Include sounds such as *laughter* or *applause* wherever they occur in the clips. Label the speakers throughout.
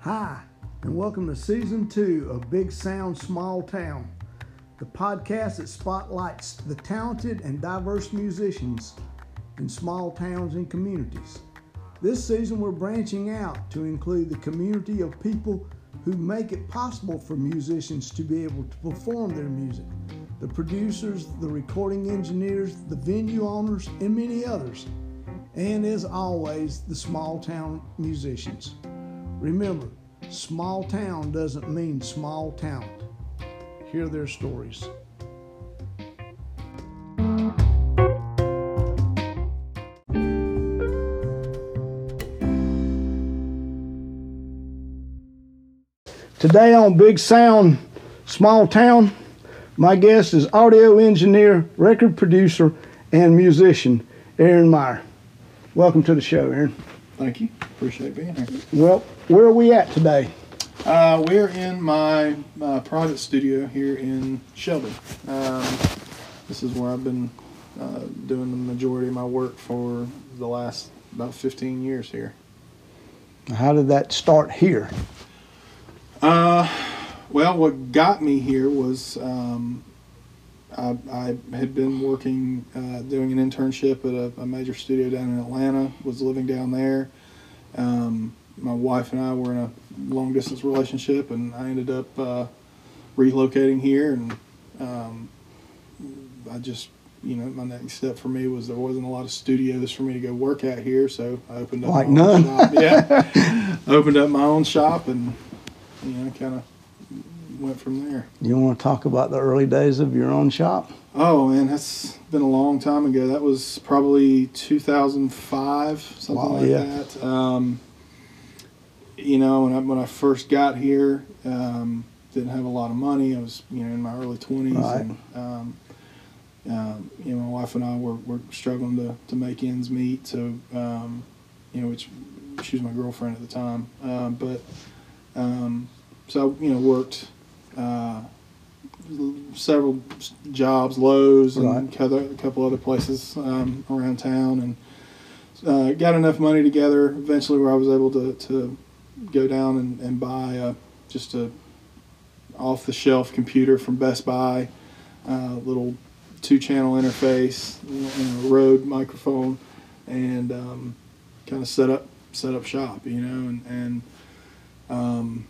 Speaker 1: Hi, and welcome to season two of Big Sound Small Town, the podcast that spotlights the talented and diverse musicians in small towns and communities. This season, we're branching out to include the community of people who make it possible for musicians to be able to perform their music the producers, the recording engineers, the venue owners, and many others. And as always, the small town musicians. Remember, small town doesn't mean small talent. Hear their stories. Today on Big Sound Small Town, my guest is audio engineer, record producer, and musician Aaron Meyer. Welcome to the show, Aaron.
Speaker 2: Thank you. Appreciate being here.
Speaker 1: Well, where are we at today?
Speaker 2: Uh, we're in my uh, private studio here in Shelby. Um, this is where I've been uh, doing the majority of my work for the last about 15 years here.
Speaker 1: How did that start here?
Speaker 2: Uh, well, what got me here was um, I, I had been working, uh, doing an internship at a, a major studio down in Atlanta, was living down there. Um, my wife and I were in a long distance relationship, and I ended up uh, relocating here. And um, I just, you know, my next step for me was there wasn't a lot of studios for me to go work at here, so I opened up
Speaker 1: Like
Speaker 2: my
Speaker 1: none.
Speaker 2: own shop.
Speaker 1: *laughs*
Speaker 2: Yeah, opened up my own shop, and you know, kind of went from there.
Speaker 1: You want to talk about the early days of your own shop?
Speaker 2: Oh man, that's been a long time ago. That was probably 2005, something
Speaker 1: Wow,
Speaker 2: like
Speaker 1: yeah.
Speaker 2: that. Um, you know, when I when I first got here, um, didn't have a lot of money. I was you know in my early 20s.
Speaker 1: Right.
Speaker 2: And, um, um, you know, my wife and I were, were struggling to, to make ends meet. So, um, you know, which she was my girlfriend at the time. Um, but um, so you know worked. Uh, several s- jobs, Lowe's and
Speaker 1: Right.
Speaker 2: couple- a couple other places um, around town, and uh, got enough money together eventually where I was able to, to go down and, and buy a, just a off the shelf computer from Best Buy, uh, little two channel interface, and a Rode microphone, and um, kind of set up set up shop, you know, and, and um,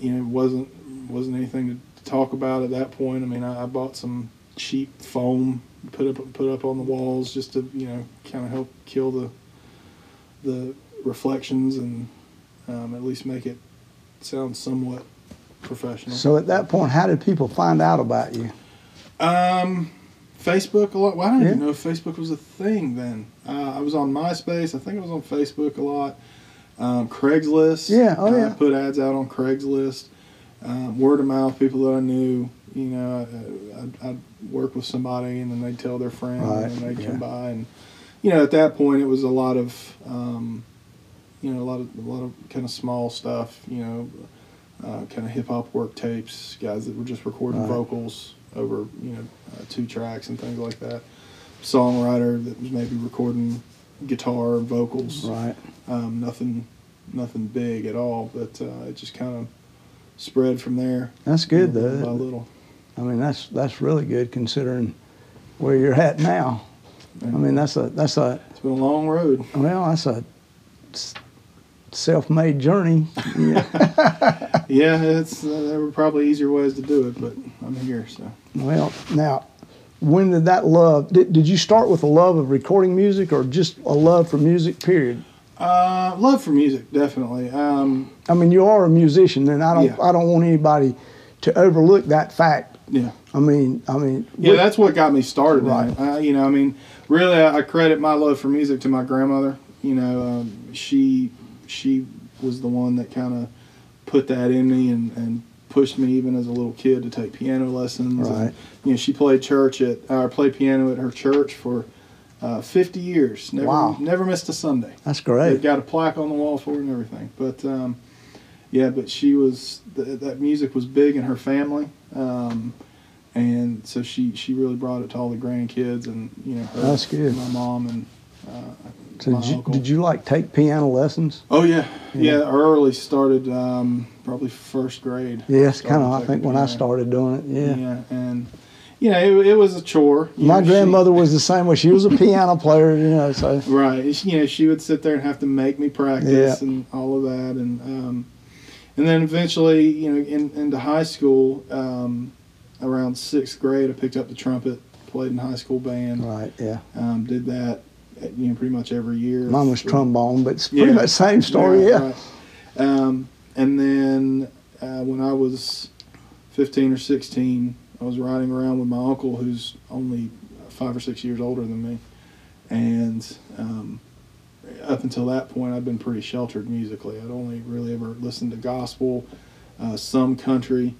Speaker 2: you know, it wasn't wasn't anything to, to talk about at that point. I mean, I, I bought some cheap foam, put up put up on the walls just to you know kind of help kill the the reflections and um, at least make it sound somewhat professional.
Speaker 1: So at that point, how did people find out about you?
Speaker 2: Um, Facebook a lot. Well, I don't even
Speaker 1: Yeah.
Speaker 2: know if Facebook was a thing then. Uh, I was on MySpace. I think I was on Facebook a lot. Um, Craigslist.
Speaker 1: Yeah, oh,
Speaker 2: I
Speaker 1: yeah.
Speaker 2: put ads out on Craigslist. Um, word of mouth, people that I knew. You know, I, I, I'd work with somebody, and then they'd tell their friend,
Speaker 1: Right,
Speaker 2: and then they'd
Speaker 1: yeah.
Speaker 2: come by, and you know, at that point, it was a lot of, um, you know, a lot of a lot of kind of small stuff. You know, uh, kind of hip hop work tapes, guys that were just recording
Speaker 1: Right.
Speaker 2: vocals over you know uh, two tracks and things like that. Songwriter that was maybe recording guitar and vocals,
Speaker 1: Right.
Speaker 2: um, nothing nothing big at all, but uh, it just kind of spread from there.
Speaker 1: That's good
Speaker 2: little by
Speaker 1: though.
Speaker 2: little.
Speaker 1: I mean, that's that's really good considering where you're at now. I mean, that's a that's a
Speaker 2: It's been a long road.
Speaker 1: well, that's a s- self-made journey. *laughs* Yeah.
Speaker 2: Yeah, it's uh, there were probably easier ways to do it, but I'm here, so.
Speaker 1: Well, now, when did that love? Did, did you start with a love of recording music, or just a love for music? Period.
Speaker 2: Uh, love for music, definitely. Um,
Speaker 1: I mean, you are a musician, and I don't.
Speaker 2: Yeah.
Speaker 1: I don't want anybody to overlook that fact.
Speaker 2: yeah.
Speaker 1: I mean, I mean,
Speaker 2: Yeah, that's what got me started. Right.
Speaker 1: Right.
Speaker 2: Uh, you know, I mean, really, I, I credit my love for music to my grandmother. You know, um, she she was the one that kind of put that in me and, and pushed me even as a little kid to take piano lessons. And,
Speaker 1: Right.
Speaker 2: you know, she played church at or played piano at her church for uh, 50 years. Never,
Speaker 1: Wow.
Speaker 2: Never missed a Sunday.
Speaker 1: that's
Speaker 2: They've
Speaker 1: great.
Speaker 2: got a plaque on the wall for it and everything. But um, yeah, but she was th- that music was big in her family, um, and so she she really brought it to all the grandkids and you know her,
Speaker 1: That's good.
Speaker 2: my mom and uh, my
Speaker 1: So did you,
Speaker 2: uncle.
Speaker 1: did you like take piano lessons?
Speaker 2: Oh yeah,
Speaker 1: Yeah.
Speaker 2: yeah. early started um, probably first grade.
Speaker 1: Yeah, it's kind of. I
Speaker 2: Started
Speaker 1: think when I
Speaker 2: taking
Speaker 1: started doing it,
Speaker 2: piano.
Speaker 1: yeah.
Speaker 2: Yeah, and you know it, it was a chore. you
Speaker 1: My
Speaker 2: know, she-
Speaker 1: grandmother was the same way. She was a piano player, you know. So
Speaker 2: right? She, you know she would sit there and have to make me practice and all of that, and um, and then eventually you know in, into high school um, around sixth grade I picked up the trumpet, played in high school band,
Speaker 1: right, yeah.
Speaker 2: um, did that uh, you know pretty much every year.
Speaker 1: Mine was
Speaker 2: For-
Speaker 1: trombone, but it's pretty
Speaker 2: Yeah.
Speaker 1: much same story. Yeah,
Speaker 2: right. Um, and then uh, when I was 15 or 16, I was riding around with my uncle, who's only five or six years older than me. And um, up until that point, I'd been pretty sheltered musically. I'd only really ever listened to gospel, uh, some country.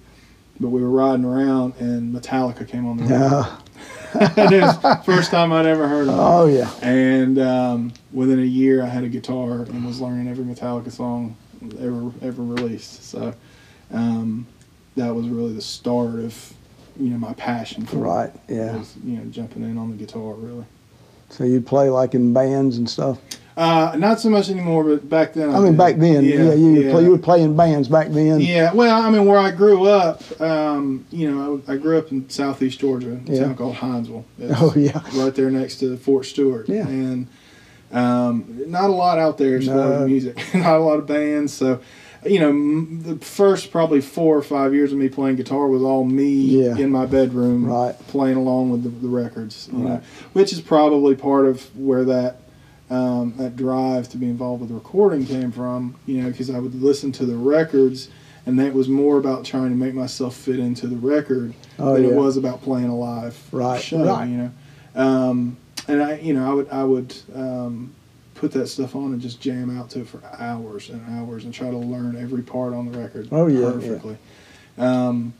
Speaker 2: But we were riding around, and Metallica came on
Speaker 1: *laughs*
Speaker 2: the radio. *laughs*
Speaker 1: Yeah.
Speaker 2: and it was the first time I'd ever heard of it.
Speaker 1: oh yeah,
Speaker 2: And um, within a year, I had a guitar and was learning every Metallica song ever ever released. So um, that was really the start of you know my passion for
Speaker 1: right,
Speaker 2: it.
Speaker 1: yeah.
Speaker 2: Was, you know, jumping in on the guitar really.
Speaker 1: So you play like in bands and stuff.
Speaker 2: Uh, not so much anymore, but back then.
Speaker 1: I mean,
Speaker 2: did.
Speaker 1: back then, yeah, you would play, you were playing bands back then.
Speaker 2: Yeah, well, I mean, where I grew up, um, you know, I, I grew up in southeast Georgia, a
Speaker 1: Yeah.
Speaker 2: town called Hinesville. It's
Speaker 1: Oh yeah,
Speaker 2: right there next to Fort Stewart.
Speaker 1: Yeah.
Speaker 2: And um, not a lot out there as far
Speaker 1: No.
Speaker 2: as music, *laughs* not a lot of bands. So, you know, m- the first probably four or five years of me playing guitar was all me
Speaker 1: Yeah.
Speaker 2: in my bedroom
Speaker 1: Right.
Speaker 2: playing along with the, the records, you
Speaker 1: Right.
Speaker 2: know, which is probably part of where that. Um, that drive to be involved with recording came from, you know, because I would listen to the records, and that was more about trying to make myself fit into the record
Speaker 1: oh
Speaker 2: than
Speaker 1: yeah,
Speaker 2: it was about playing a live
Speaker 1: Right,
Speaker 2: show.
Speaker 1: right.
Speaker 2: You know, um, and I, you know, I would I would um, put that stuff on and just jam out to it for hours and hours and try to learn every part on the record.
Speaker 1: Oh, yeah, yeah.
Speaker 2: perfectly. Um,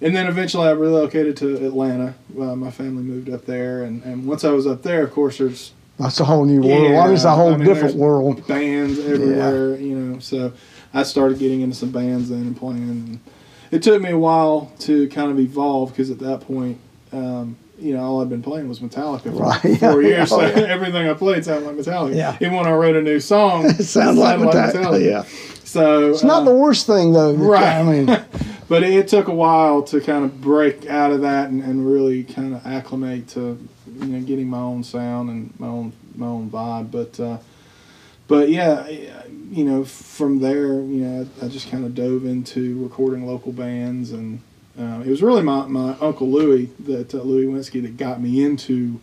Speaker 2: and then eventually I relocated to Atlanta. Uh, my family moved up there, and, and once I was up there, of course, there's
Speaker 1: that's a whole new world.
Speaker 2: Yeah,
Speaker 1: I mean, it's a whole
Speaker 2: I mean,
Speaker 1: different
Speaker 2: there's-
Speaker 1: world.
Speaker 2: bands everywhere, you know. So I started getting into some bands then and playing. It took me a while to kind of evolve because at that point, um, you know, all I'd been playing was Metallica for
Speaker 1: Right. *laughs*
Speaker 2: four years.
Speaker 1: Oh,
Speaker 2: so
Speaker 1: yeah.
Speaker 2: *laughs* everything I played sounded like Metallica.
Speaker 1: Yeah.
Speaker 2: Even when I wrote a new
Speaker 1: *laughs*
Speaker 2: song,
Speaker 1: It sounds like
Speaker 2: sounded
Speaker 1: that. Yeah,
Speaker 2: So
Speaker 1: it's not
Speaker 2: uh,
Speaker 1: the worst thing though.
Speaker 2: right.
Speaker 1: I mean,
Speaker 2: *laughs* but it, it took a while to kind of break out of that and, and really kind of acclimate to you know getting my own sound and my own my own vibe but uh, but yeah I- I- you know from there you know I, I just kind of dove into recording local bands and uh, it was really my, my uncle Louie that uh, Louie Winsky that got me into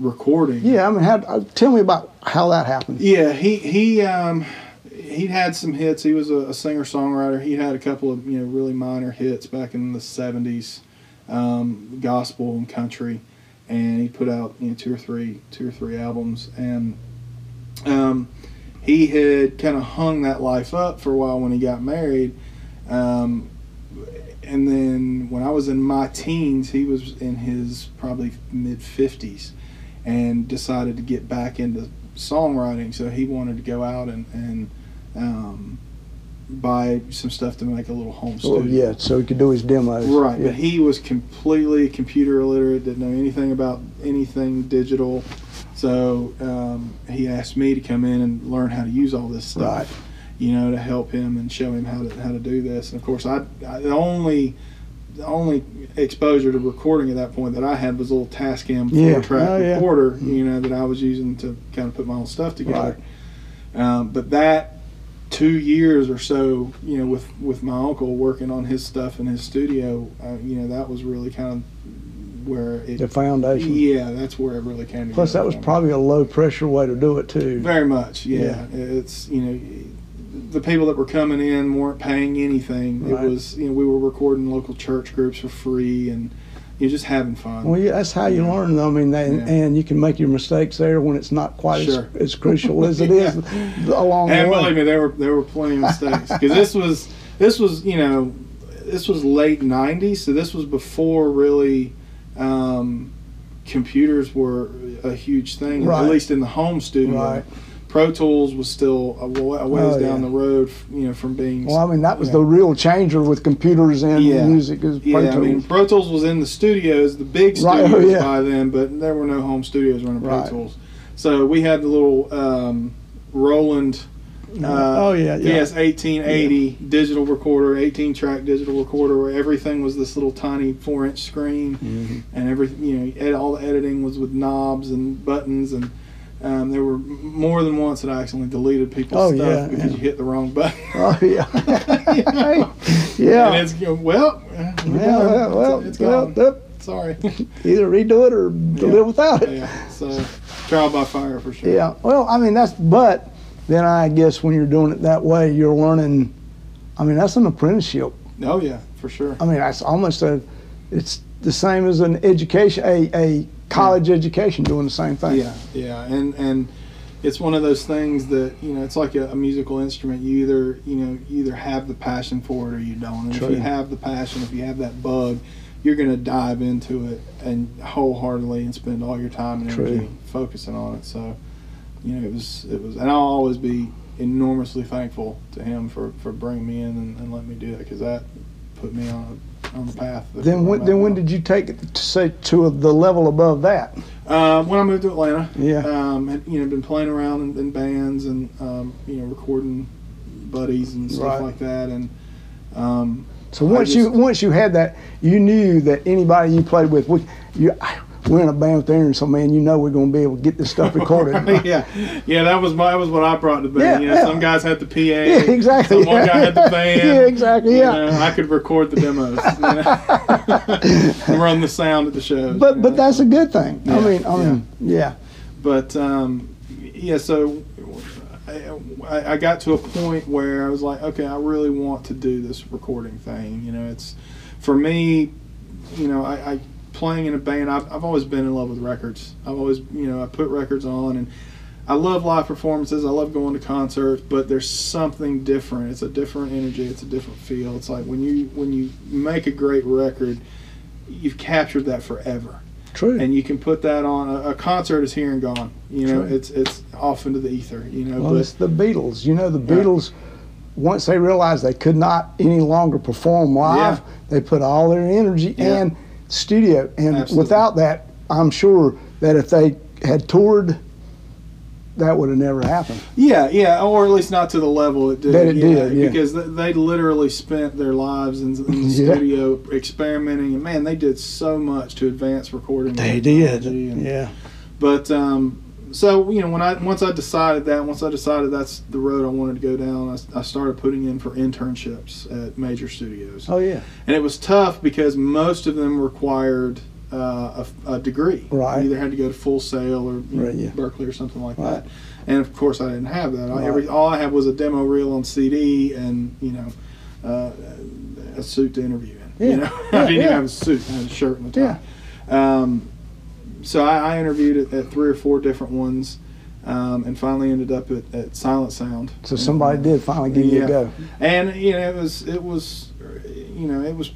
Speaker 2: recording
Speaker 1: yeah. I mean, how, uh, tell me about how that happened.
Speaker 2: yeah, he he um he had some hits. He was a, a singer songwriter. He had a couple of you know really minor hits back in the seventies, um, gospel and country, and he put out you know two or three two or three albums and. Um, he had kind of hung that life up for a while when he got married, um, and then when I was in my teens, he was in his probably mid fifties, and decided to get back into songwriting. So he wanted to go out and and um, buy some stuff to make a little home studio.
Speaker 1: Oh, yeah, so he could do his demos.
Speaker 2: Right,
Speaker 1: Yeah.
Speaker 2: but he was completely computer illiterate, didn't know anything about anything digital. So um, he asked me to come in and learn how to use all this stuff,
Speaker 1: Right.
Speaker 2: you know, to help him and show him how to how to do this. And of course, I, I the only the only exposure to recording at that point that I had was a little Tascam
Speaker 1: Yeah.
Speaker 2: four track
Speaker 1: Oh, yeah.
Speaker 2: recorder, you know, that I was using to kind of put my own stuff together. Um, but that two years or so, you know, with with my uncle working on his stuff in his studio, uh, you know, that was really kind of where it.
Speaker 1: the foundation.
Speaker 2: Yeah, that's where it really came.
Speaker 1: Plus, that
Speaker 2: together
Speaker 1: was
Speaker 2: for me.
Speaker 1: probably a low pressure way to do it too.
Speaker 2: very much. Yeah. it's you know, the people that were coming in weren't paying anything.
Speaker 1: Right.
Speaker 2: It was you know we were recording local church groups for free and you know, just having fun.
Speaker 1: Well, yeah, that's how you
Speaker 2: Yeah.
Speaker 1: learn. though. I mean, and,
Speaker 2: Yeah.
Speaker 1: and you can make your mistakes there when it's not quite
Speaker 2: Sure.
Speaker 1: as, as crucial as
Speaker 2: *laughs*
Speaker 1: it is along
Speaker 2: And
Speaker 1: the way.
Speaker 2: believe me, there were there were plenty of mistakes because this was this was you know this was late '90s, so this was before really um, computers were a huge thing,
Speaker 1: Right.
Speaker 2: at least in the home studio.
Speaker 1: Right.
Speaker 2: Pro Tools was still a, wa- a ways
Speaker 1: Oh,
Speaker 2: down
Speaker 1: yeah.
Speaker 2: the road, you know, from being
Speaker 1: Well, I mean, that was
Speaker 2: Yeah.
Speaker 1: the real changer with computers and
Speaker 2: Yeah.
Speaker 1: music. Is Pro
Speaker 2: Yeah, I mean,
Speaker 1: Tools.
Speaker 2: Pro Tools was in the studios, the big
Speaker 1: Right, oh,
Speaker 2: studios
Speaker 1: yeah.
Speaker 2: by then, but there were no home studios running Pro
Speaker 1: Right.
Speaker 2: Tools. So we had the little um, Roland. Uh,
Speaker 1: oh yeah, yeah.
Speaker 2: PS 1880 digital recorder, 18 track digital recorder, where everything was this little tiny four inch screen,
Speaker 1: Mm-hmm.
Speaker 2: and everything you know, ed- all the editing was with knobs and buttons, and um, there were m- more than once that I accidentally deleted people's
Speaker 1: Oh,
Speaker 2: stuff
Speaker 1: yeah,
Speaker 2: because
Speaker 1: yeah.
Speaker 2: you hit the wrong button.
Speaker 1: *laughs*
Speaker 2: *laughs*
Speaker 1: Oh *laughs* yeah.
Speaker 2: And
Speaker 1: yeah.
Speaker 2: it's you know, well, uh, we're
Speaker 1: Yeah,
Speaker 2: done.
Speaker 1: well, well,
Speaker 2: it's, it's
Speaker 1: well,
Speaker 2: gone.
Speaker 1: yep.
Speaker 2: Sorry. *laughs*
Speaker 1: either redo it or to
Speaker 2: Yeah.
Speaker 1: live without *laughs* it.
Speaker 2: yeah. So trial by fire for sure.
Speaker 1: Yeah. Well, I mean that's but then I guess when you're doing it that way, you're learning. I mean that's an apprenticeship.
Speaker 2: Oh yeah, for sure.
Speaker 1: I mean that's almost a. It's the same as an education, a a college education, doing the same thing.
Speaker 2: Yeah, yeah, and and it's one of those things that you know it's like a, a musical instrument. You either you know you either have the passion for it or you don't. And
Speaker 1: True.
Speaker 2: if you have the passion, if you have that bug, you're going to dive into it and wholeheartedly and spend all your time and
Speaker 1: True.
Speaker 2: energy focusing on it. So you know it was it was, and I'll always be enormously thankful to him for for bringing me in and, and letting me do that because that put me on a, on the path. that
Speaker 1: Then
Speaker 2: we're
Speaker 1: when,
Speaker 2: on
Speaker 1: then
Speaker 2: now.
Speaker 1: when did you take it to say to the level above that?
Speaker 2: Uh, when I moved to Atlanta,
Speaker 1: Yeah.
Speaker 2: um, had, you know, been playing around in, in bands and um, you know recording buddies and stuff
Speaker 1: Right.
Speaker 2: like that, and um,
Speaker 1: So
Speaker 2: I
Speaker 1: once you
Speaker 2: just-
Speaker 1: once you had that, you knew that anybody you played with, we, you, we're in a band with Aaron, so man, you know we're going to be able to get this stuff
Speaker 2: *laughs*
Speaker 1: recorded.
Speaker 2: yeah, yeah, that was my that was what I brought to band.
Speaker 1: Yeah,
Speaker 2: you know,
Speaker 1: yeah.
Speaker 2: some guys had the
Speaker 1: *laughs*
Speaker 2: PA,
Speaker 1: Yeah, exactly.
Speaker 2: Some one guy had the band,
Speaker 1: *laughs* Yeah, exactly.
Speaker 2: you
Speaker 1: Yeah.
Speaker 2: know, I could record the demos,
Speaker 1: *laughs*
Speaker 2: you know, *laughs* run the sound at the shows.
Speaker 1: But
Speaker 2: you
Speaker 1: but
Speaker 2: know,
Speaker 1: that's
Speaker 2: so.
Speaker 1: a good thing. I
Speaker 2: Yeah,
Speaker 1: mean, I mean, yeah.
Speaker 2: But um, yeah, so I, I- I got to a point where I was like, okay, I really want to do this recording thing. You know, it's for me. You know, I, I playing in a band. I've, I've always been in love with records. I've always, you know, I put records on, and I love live performances. I love going to concerts, but there's something different. It's a different energy. It's a different feel. It's like when you when you make a great record, you've captured that forever
Speaker 1: True.
Speaker 2: and you can put that on a, a concert is here and gone you know
Speaker 1: Sure.
Speaker 2: it's it's off into the ether you know
Speaker 1: well, it's
Speaker 2: but
Speaker 1: the Beatles. You know, the
Speaker 2: Yeah.
Speaker 1: Beatles. Once they realized they could not any longer perform live, they put all their energy
Speaker 2: Yeah.
Speaker 1: and studio. And
Speaker 2: Absolutely.
Speaker 1: without that, I'm sure that if they had toured, that would have never happened.
Speaker 2: yeah yeah or at least not to the level it did,
Speaker 1: That it
Speaker 2: you know,
Speaker 1: did, yeah.
Speaker 2: because they, they literally spent their lives in, in
Speaker 1: *laughs*
Speaker 2: the
Speaker 1: Yeah.
Speaker 2: studio experimenting and man they did so much to advance recording technology and-
Speaker 1: Yeah.
Speaker 2: but um, so you know when I once I decided that once I decided that's the road I wanted to go down I s- I, started putting in for internships at major studios
Speaker 1: Oh yeah.
Speaker 2: and it was tough because most of them required uh, a, a degree.
Speaker 1: Right.
Speaker 2: You either had to go to Full Sail or you
Speaker 1: Right,
Speaker 2: know,
Speaker 1: yeah.
Speaker 2: Berkeley or something like
Speaker 1: Right.
Speaker 2: that. And of course, I didn't have that. I, every,
Speaker 1: Right.
Speaker 2: all I had was a demo reel on CD and you know uh, a suit to interview in.
Speaker 1: Yeah.
Speaker 2: You know, *laughs*
Speaker 1: Yeah,
Speaker 2: I didn't
Speaker 1: yeah.
Speaker 2: even have a suit. I had a shirt and a tie. Um, so I, I interviewed at, at three or four different ones. Um, and finally ended up at, at Silent Sound.
Speaker 1: So somebody did finally give you
Speaker 2: Yeah.
Speaker 1: a go.
Speaker 2: And you know, it was it was you know, it was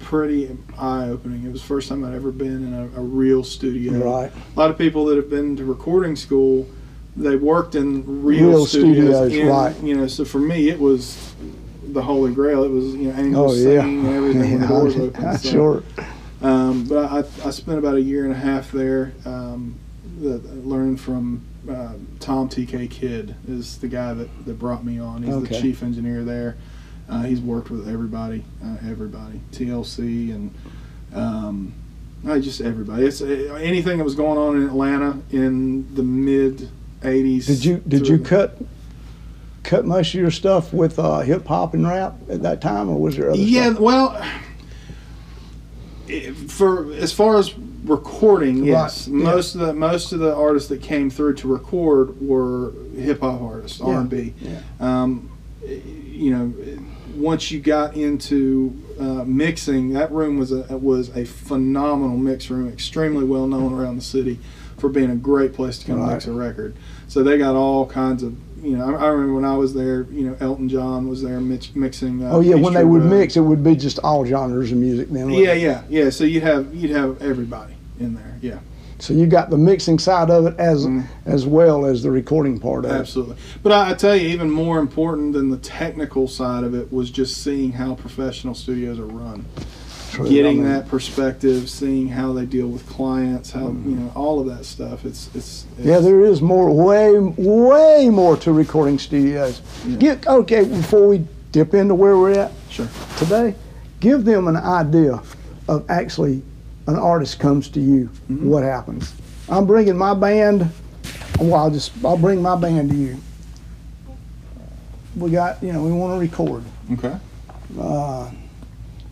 Speaker 2: pretty eye opening. It was the first time I'd ever been in a, a real studio.
Speaker 1: Right.
Speaker 2: A lot of people that have been to recording school, they worked in real,
Speaker 1: Real
Speaker 2: studios.
Speaker 1: studios,
Speaker 2: in-
Speaker 1: right.
Speaker 2: You know, so for me, it was the holy grail. It was you know, angels
Speaker 1: Oh yeah.
Speaker 2: singing and
Speaker 1: *laughs*
Speaker 2: everything when the doors open.
Speaker 1: Yeah,
Speaker 2: so.
Speaker 1: sure.
Speaker 2: Um, but I, I spent about a year and a half there. Um, the, learning from uh, Tom TK Kidd is the guy that, that brought me on. He's
Speaker 1: Okay.
Speaker 2: the chief engineer there. Uh, he's worked with everybody, uh, everybody, TLC and um, not just everybody. It's uh, anything that was going on in Atlanta in the mid '80s.
Speaker 1: Did you did
Speaker 2: through-
Speaker 1: you cut cut most of your stuff with uh, hip hop and rap at that time, or was there other
Speaker 2: Yeah,
Speaker 1: stuff?
Speaker 2: well, it- for as far as recording, yes,
Speaker 1: Right, yeah.
Speaker 2: most of the most of the artists that came through to record were hip hop artists,
Speaker 1: Yeah,
Speaker 2: R and B.
Speaker 1: yeah.
Speaker 2: Um, you know, once you got into uh, mixing, that room was a was a phenomenal mix room, extremely well known around the city for being a great place to come
Speaker 1: Mm-hmm. Right.
Speaker 2: mix a record. So they got all kinds of. You know, I, I remember when I was there. You know, Elton John was there mix, mixing. Uh,
Speaker 1: Oh yeah, when
Speaker 2: Peachtree
Speaker 1: they would
Speaker 2: Road.
Speaker 1: mix, it would be just all genres of music then. wouldn't
Speaker 2: Yeah,
Speaker 1: it?
Speaker 2: yeah, yeah. So you'd have you'd have everybody in there. Yeah,
Speaker 1: So you got the mixing side of it as
Speaker 2: Mm.
Speaker 1: as well as the recording part of it.
Speaker 2: absolutely. But I, I tell you, even more important than the technical side of it was just seeing how professional studios are run.
Speaker 1: Absolutely. I
Speaker 2: getting
Speaker 1: mean,
Speaker 2: that perspective, seeing how they deal with clients, how
Speaker 1: Mm-hmm.
Speaker 2: you know all of that stuff. It's it's, it's
Speaker 1: Yeah, there is more, way, way more to recording studios.
Speaker 2: Yeah.
Speaker 1: Get okay before we dip into where we're at
Speaker 2: sure
Speaker 1: today. Give them an idea of actually an artist comes to you,
Speaker 2: Mm-hmm.
Speaker 1: what happens. I'm bringing my band. Well, I'll just I'll bring my band to you. We got you know we want to record.
Speaker 2: okay.
Speaker 1: Uh,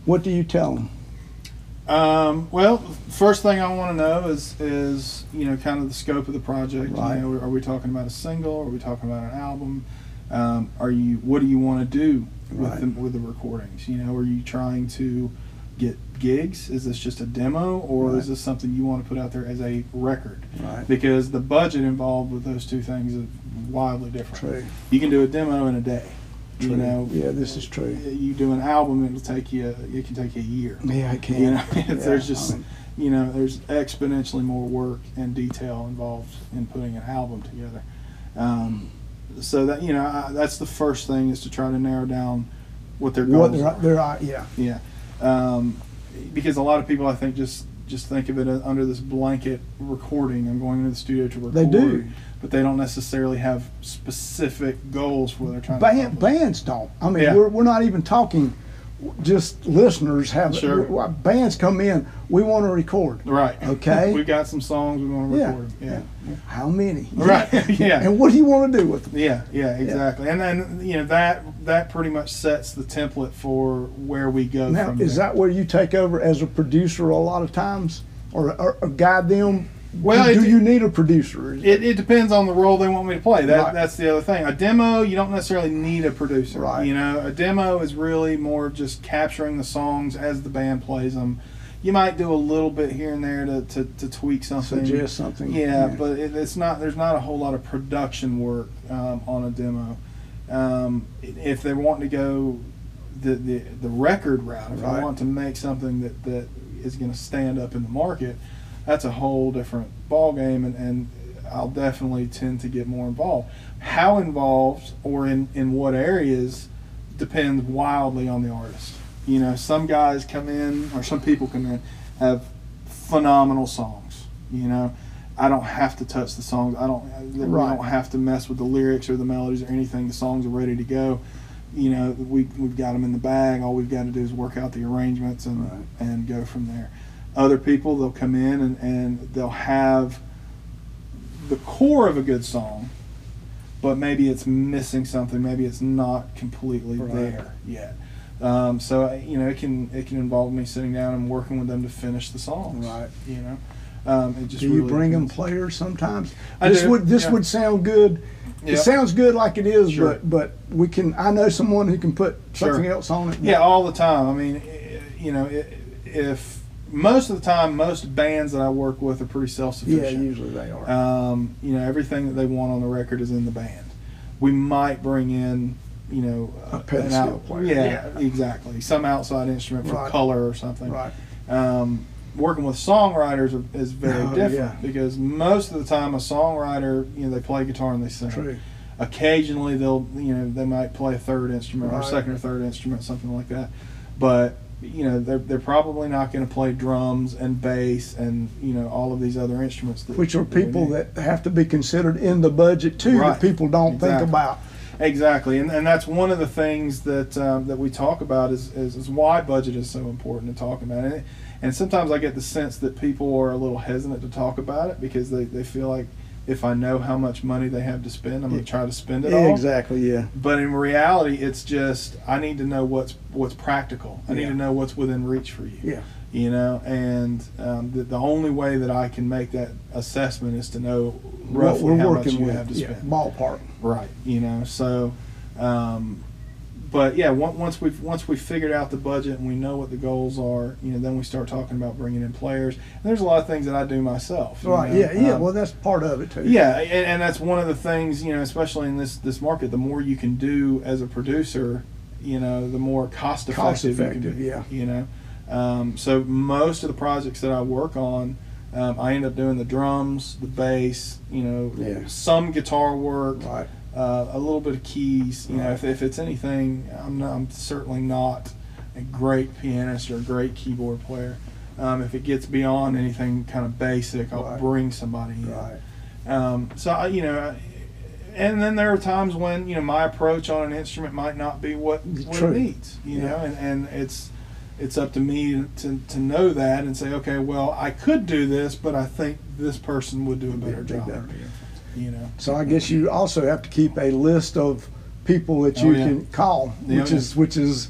Speaker 1: what do you tell them?
Speaker 2: Um, well, first thing I want to know is is you know kind of the scope of the project.
Speaker 1: Right.
Speaker 2: You know, are we talking about a single? Are we talking about an album? Um, are you what do you want to do with
Speaker 1: Right.
Speaker 2: the, with the recordings? You know, are you trying to get gigs? Is this just a demo, or
Speaker 1: Right.
Speaker 2: is this something you want to put out there as a record?
Speaker 1: Right.
Speaker 2: Because the budget involved with those two things is wildly different.
Speaker 1: True.
Speaker 2: You can do a demo in a day. You
Speaker 1: True.
Speaker 2: know, Uh,
Speaker 1: yeah, this is true.
Speaker 2: you do an album, it'll take you it can take you a year.
Speaker 1: Yeah, I can.
Speaker 2: You know, *laughs* it's-
Speaker 1: Yeah,
Speaker 2: there's just
Speaker 1: I mean,
Speaker 2: you know, there's exponentially more work and detail involved in putting an album together. Um, so that you know, I, that's the first thing is to try to narrow down what their
Speaker 1: what
Speaker 2: goals
Speaker 1: they're, they're uh, yeah.
Speaker 2: are. Um, because a lot of people, I think, just just think of it uh, under this blanket recording. I'm going into the studio to record.
Speaker 1: They do.
Speaker 2: but they don't necessarily have specific goals for what they're trying. to
Speaker 1: Band,
Speaker 2: accomplish.
Speaker 1: bands don't. I mean,
Speaker 2: Yeah.
Speaker 1: we're, we're not even talking. Just listeners have
Speaker 2: Sure.
Speaker 1: w- w- bands come in. We want to record.
Speaker 2: Right.
Speaker 1: Okay.
Speaker 2: *laughs* We've got some songs we want to
Speaker 1: Yeah.
Speaker 2: record. Yeah.
Speaker 1: How many?
Speaker 2: Right. *laughs* yeah.
Speaker 1: And what do you want to do with them?
Speaker 2: Yeah, yeah, exactly. And then you know that that pretty much sets the template for where we go
Speaker 1: Now,
Speaker 2: from
Speaker 1: is
Speaker 2: there.
Speaker 1: that where you take over as a producer a lot of times, or, or, or guide them?
Speaker 2: Well,
Speaker 1: do,
Speaker 2: it-
Speaker 1: do you need a producer?
Speaker 2: it, it depends on the role they want me to play. That
Speaker 1: Right.
Speaker 2: that's the other thing. A demo, you don't necessarily need a producer.
Speaker 1: Right.
Speaker 2: You know, a demo is really more of just capturing the songs as the band plays them. You might do a little bit here and there to, to, to tweak something.
Speaker 1: Suggest something.
Speaker 2: Yeah, but it, it's not. There's not a whole lot of production work um, on a demo. Um, i- if they want to go the the, the record route, if
Speaker 1: Right.
Speaker 2: they want to make something that, that is going to stand up in the market, that's a whole different ball game, and, and I'll definitely tend to get more involved. How involved or in in what areas depends wildly on the artist. You know, some guys come in or some people come in have phenomenal songs. You know, I don't have to touch the songs. I don't. I
Speaker 1: Right.
Speaker 2: don't have to mess with the lyrics or the melodies or anything. The songs are ready to go. You know, we we've got them in the bag. All we've got to do is work out the arrangements and
Speaker 1: Right.
Speaker 2: and go from there. Other people they'll come in and, and they'll have the core of a good song, but maybe it's missing something. Maybe it's not completely
Speaker 1: Right.
Speaker 2: there yet. Um, so I- you know, it can it can involve me sitting down and working with them to finish the songs.
Speaker 1: Right.
Speaker 2: You know, um, it just
Speaker 1: Do you
Speaker 2: really
Speaker 1: bring them
Speaker 2: depends.
Speaker 1: players sometimes?
Speaker 2: I
Speaker 1: this
Speaker 2: do,
Speaker 1: would this
Speaker 2: yeah.
Speaker 1: would sound good.
Speaker 2: Yeah.
Speaker 1: It sounds good like it is,
Speaker 2: Sure.
Speaker 1: but but we can. I know someone who can put
Speaker 2: Sure.
Speaker 1: something else on it.
Speaker 2: Yeah, all the time. I mean, i- you know, i- if most of the time, most bands that I work with are pretty
Speaker 1: yeah.
Speaker 2: self-sufficient.
Speaker 1: Usually they are.
Speaker 2: Um, you know, everything that they want on the record is in the band. We might bring in, you know,
Speaker 1: A
Speaker 2: uh, an
Speaker 1: pedestal player.
Speaker 2: Yeah, exactly. Some outside instrument for
Speaker 1: Right.
Speaker 2: color or something.
Speaker 1: right.
Speaker 2: Um, working with songwriters are, is very
Speaker 1: Oh,
Speaker 2: different
Speaker 1: yeah.
Speaker 2: because most of the time, a songwriter, you know, they play guitar and they sing.
Speaker 1: True.
Speaker 2: Occasionally, they'll, you know, they might play a third instrument or a
Speaker 1: Right.
Speaker 2: second or third instrument, something like that. But you know, they're, they're probably not going to play drums and bass and you know all of these other instruments. That,
Speaker 1: Which are
Speaker 2: we
Speaker 1: people
Speaker 2: need.
Speaker 1: that have to be considered in the budget too
Speaker 2: Right.
Speaker 1: that people don't
Speaker 2: Exactly.
Speaker 1: think about.
Speaker 2: Exactly, and, and that's one of the things that um, that we talk about is, is is why budget is so important to talk about it. And sometimes I get the sense that people are a little hesitant to talk about it because they, they feel like if I know how much money they have to spend, I'm going to try to spend it all.
Speaker 1: exactly. Yeah.
Speaker 2: But in reality, it's just I need to know what's what's practical. I need
Speaker 1: Yeah.
Speaker 2: to know what's within reach for you.
Speaker 1: Yeah.
Speaker 2: You know, and um, the, the only way that I can make that assessment is to know
Speaker 1: What
Speaker 2: roughly
Speaker 1: we're
Speaker 2: how much
Speaker 1: working
Speaker 2: you
Speaker 1: with.
Speaker 2: have to
Speaker 1: yeah.
Speaker 2: spend.
Speaker 1: Ballpark.
Speaker 2: Right. You know, so, um, but yeah, on- once we've once we've figured out the budget and we know what the goals are, you know, then we start talking about bringing in players. And there's a lot of things that I do myself. you
Speaker 1: Right.
Speaker 2: know,
Speaker 1: Yeah. Yeah.
Speaker 2: um,
Speaker 1: well, that's part of it too.
Speaker 2: yeah, and, and that's one of the things you know, especially in this this market, the more you can do as a producer, you know, the more cost effective.
Speaker 1: Cost
Speaker 2: you
Speaker 1: effective,
Speaker 2: can be,
Speaker 1: yeah.
Speaker 2: You know, um, so most of the projects that I work on, um, I end up doing the drums, the bass, you know,
Speaker 1: Yeah.
Speaker 2: some guitar work,
Speaker 1: Right.
Speaker 2: uh, a little bit of keys. You know,
Speaker 1: Right.
Speaker 2: if, if it's anything, I'm, not, I'm certainly not a great pianist or a great keyboard player. Um, if it gets beyond anything kind of basic, I'll
Speaker 1: Right.
Speaker 2: bring somebody in.
Speaker 1: Right.
Speaker 2: Um, so I, you know, I- and then there are times when you know my approach on an instrument might not be what what
Speaker 1: True.
Speaker 2: it needs. You
Speaker 1: Yeah.
Speaker 2: know, and, and it's it's up to me to, to know that and say, okay, well, I could do this, but I think this person would do a better
Speaker 1: Big
Speaker 2: job.
Speaker 1: better.
Speaker 2: You know,
Speaker 1: So I guess you also have to keep a list of people that
Speaker 2: Oh,
Speaker 1: you
Speaker 2: yeah.
Speaker 1: can call,
Speaker 2: Yeah,
Speaker 1: which
Speaker 2: yeah.
Speaker 1: is which is.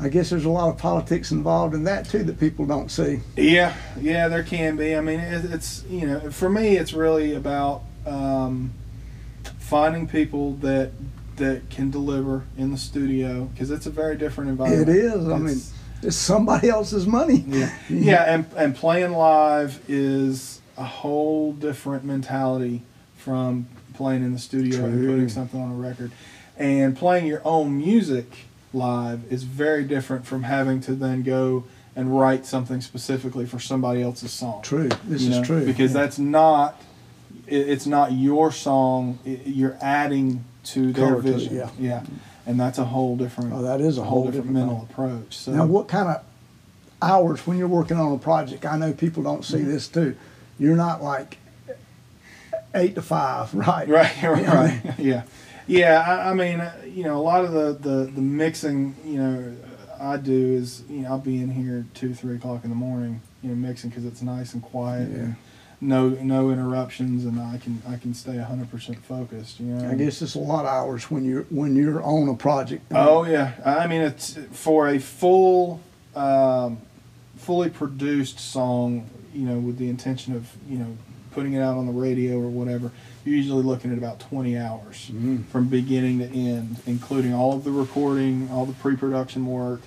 Speaker 1: I guess there's a lot of politics involved in that too that people don't see.
Speaker 2: Yeah, yeah, there can be. I mean, it, it's you know, for me, it's really about um, finding people that that can deliver in the studio because it's a very different environment.
Speaker 1: It is. I mean, It's somebody else's money.
Speaker 2: mean, yeah, yeah, and and playing live is a whole different mentality from playing in the studio and
Speaker 1: True.
Speaker 2: putting something on a record, and playing your own music live is very different from having to then go and write something specifically for somebody else's song
Speaker 1: *laughs* True. This
Speaker 2: you
Speaker 1: is
Speaker 2: know,
Speaker 1: true.
Speaker 2: because that's not it, it's not your song i you're adding to their
Speaker 1: Color to it,
Speaker 2: vision
Speaker 1: yeah.
Speaker 2: and that's a whole different
Speaker 1: Oh, that is a whole different
Speaker 2: mental approach so
Speaker 1: Now, what kind of hours when you're working on a project? I know people don't see
Speaker 2: Mm-hmm.
Speaker 1: this too. You're not like eight to five, *laughs* right?
Speaker 2: *laughs* right
Speaker 1: You know,
Speaker 2: right yeah yeah I, I mean uh, you know a lot of the, the the mixing you know i do is you know i'll be in here two three o'clock in the morning you know mixing because it's nice and quiet and no no interruptions and i can i can stay 100% focused you know
Speaker 1: I guess it's a lot of hours when you're when you're on a project.
Speaker 2: Oh yeah, I mean it's for a full, um, fully produced song. You know, with the intention of you know putting it out on the radio or whatever. You're usually looking at about 20 hours
Speaker 1: Mm.
Speaker 2: from beginning to end, including all of the recording, all the pre-production work,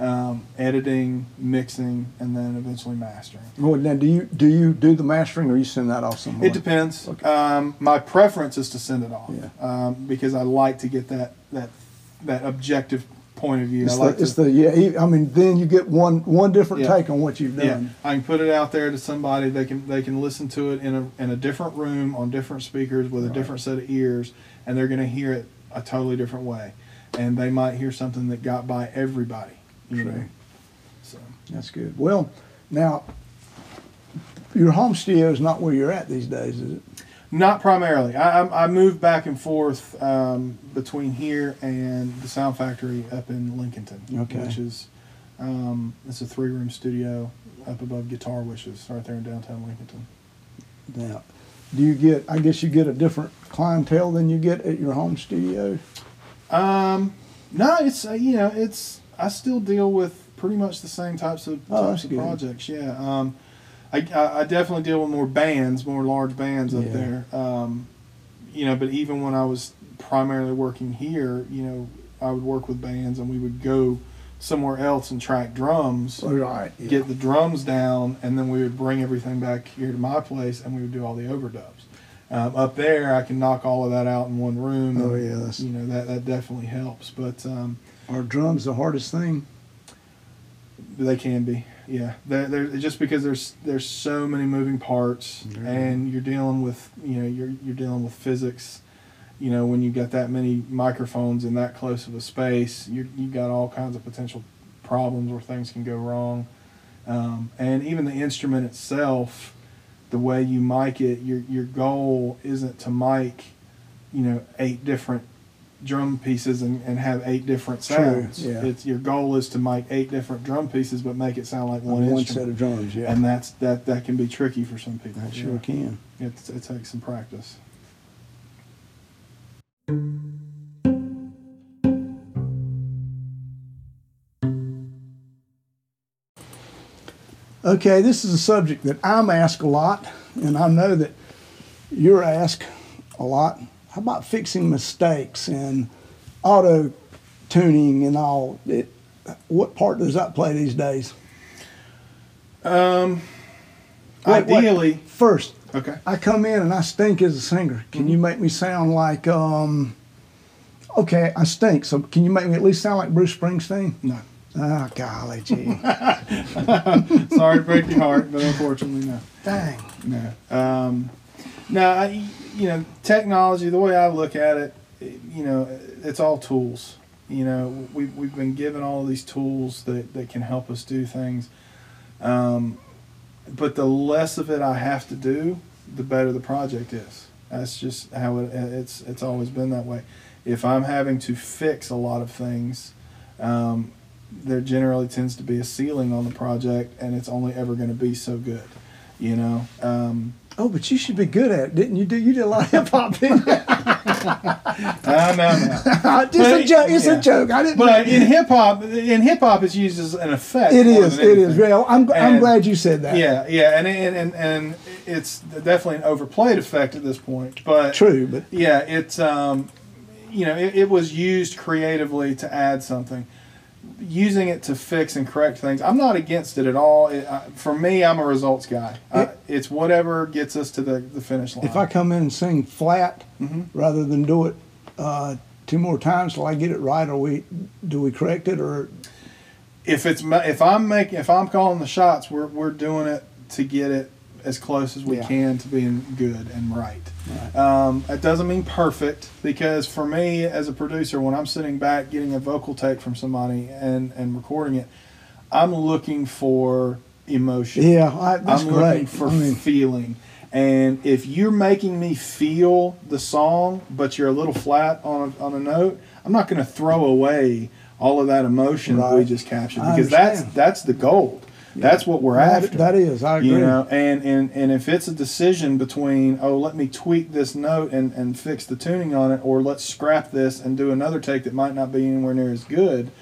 Speaker 2: um, editing, mixing, and then eventually mastering.
Speaker 1: Well, now do you do you do the mastering or you send that off somewhere?
Speaker 2: It depends.
Speaker 1: Okay.
Speaker 2: Um, my preference is to send it off
Speaker 1: Yeah.
Speaker 2: um, because I like to get that that that objective point of view.
Speaker 1: It's
Speaker 2: I
Speaker 1: the,
Speaker 2: like to-
Speaker 1: it's the yeah. e- I mean, then you get one one different
Speaker 2: Yeah.
Speaker 1: take on what you've
Speaker 2: Yeah,
Speaker 1: done.
Speaker 2: I can put it out there to somebody. They can they can listen to it in a in a different room on different speakers with a
Speaker 1: Right.
Speaker 2: different set of ears, and they're going to hear it a totally different way, and they might hear something that got by everybody. You
Speaker 1: True.
Speaker 2: know, so
Speaker 1: That's good. Well, now your home studio is not where you're at these days, is it?
Speaker 2: not primarily. I I, I move back and forth um, between here and the Sound Factory up in Lincolnton,
Speaker 1: Okay.
Speaker 2: which is um, it's a three room studio up above Guitar Wishes, right there in downtown Lincolnton.
Speaker 1: Now, do you get? I guess you get a different clientele than you get at your home studio.
Speaker 2: Um, no, it's uh, you know, it's I still deal with pretty much the same types of
Speaker 1: Oh, that's
Speaker 2: types of
Speaker 1: good.
Speaker 2: projects. Yeah. Um, I, I I definitely deal with more bands, more large bands up
Speaker 1: Yeah.
Speaker 2: there. Um, you know, but even when I was primarily working here, you know, I would work with bands, and we would go somewhere else and track
Speaker 1: Oh,
Speaker 2: drums.
Speaker 1: Right. yeah.
Speaker 2: Get the drums down, and then we would bring everything back here to my place, and we would do all the overdubs. Um, up there, I can knock all of that out in one room.
Speaker 1: Oh
Speaker 2: and,
Speaker 1: yeah, that's,
Speaker 2: you know that that definitely helps but um
Speaker 1: are drums the hardest thing?
Speaker 2: they can be yeah they're, they're just because there's there's so many moving parts
Speaker 1: Yeah.
Speaker 2: and you're dealing with you know you're you're dealing with physics you know when you got that many microphones in that close of a space you you got all kinds of potential problems where things can go wrong um, and even the instrument itself the way you mic it your your goal isn't to mic you know eight different drum pieces and, and have eight different
Speaker 1: True,
Speaker 2: sounds
Speaker 1: yeah.
Speaker 2: it's your goal is to mic eight different drum pieces but make it sound like one,
Speaker 1: One, one set
Speaker 2: instrument
Speaker 1: of drums. Yeah,
Speaker 2: and that's that that can be tricky for some people
Speaker 1: I sure can.
Speaker 2: yeah. it, it takes some practice
Speaker 1: Okay, this is a subject that I'm asked a lot, and I know that you're asked a lot. How about fixing mistakes and auto tuning and all? It, what part does that play these days?
Speaker 2: um
Speaker 1: Wait, wait.
Speaker 2: ideally
Speaker 1: First,
Speaker 2: okay
Speaker 1: I come in and I stink as a singer. Can you make me sound like, um, okay, I stink, so can you make me at least sound like Bruce Springsteen?
Speaker 2: no
Speaker 1: Ah, golly gee.
Speaker 2: sorry to break your heart but unfortunately no
Speaker 1: Dang.
Speaker 2: No. Um, no, I, you know, technology, the way I look at it, it- you know, it's all tools. You know, we've, we've been given all of these tools that, that can help us do things. Um, but the less of it I have to do, the better the project is. That's just how it, it's it's always been that way. If I'm having to fix a lot of things, um, there generally tends to be a ceiling on the project, and it's only ever going to be so good. You know, um,
Speaker 1: Oh, but you should be good at it, didn't you? Do you did a lot of hip hop? didn't you?
Speaker 2: I know. now.
Speaker 1: Uh, It's a
Speaker 2: But-
Speaker 1: joke. It's
Speaker 2: yeah.
Speaker 1: a joke.
Speaker 2: *laughs*
Speaker 1: I didn't.
Speaker 2: But in hip hop, in hip hop, it's used as an effect.
Speaker 1: it
Speaker 2: more
Speaker 1: is.
Speaker 2: than
Speaker 1: It is.
Speaker 2: anything.
Speaker 1: Real. I'm. I'm
Speaker 2: And-
Speaker 1: glad you said that.
Speaker 2: Yeah, yeah, and and and, and it's definitely an overplayed effect at this point. But
Speaker 1: True, but
Speaker 2: yeah, it's um, you know, it, it was used creatively to add something. Using it to fix and correct things, I'm not against it at all. It, I, for me, I'm a results guy. I, it's whatever gets us to the, the finish line.
Speaker 1: if I come in and sing flat
Speaker 2: Mm-hmm.
Speaker 1: rather than do it uh, two more times till I get it right, or we do we correct it or
Speaker 2: if it's ma- if I'm making if I'm calling the shots, we're we're doing it to get it as close as we
Speaker 1: Yeah.
Speaker 2: can to being good and right. Um, it doesn't mean perfect because for me as a producer, when I'm sitting back getting a vocal take from somebody and and recording it, I'm looking for emotion.
Speaker 1: yeah, I, that's
Speaker 2: I'm looking
Speaker 1: great.
Speaker 2: for
Speaker 1: I mean,
Speaker 2: feeling. And if you're making me feel the song, but you're a little flat on a, on a note, I'm not going to throw away all of that emotion that we
Speaker 1: Right.
Speaker 2: just captured
Speaker 1: I
Speaker 2: because that's
Speaker 1: understand.
Speaker 2: that's the gold. That's what we're
Speaker 1: that-
Speaker 2: after.
Speaker 1: that is. I agree.
Speaker 2: You know, and, and and if it's a decision between oh let me tweak this note and and fix the tuning on it, or let's scrap this and do another take that might not be anywhere near as good,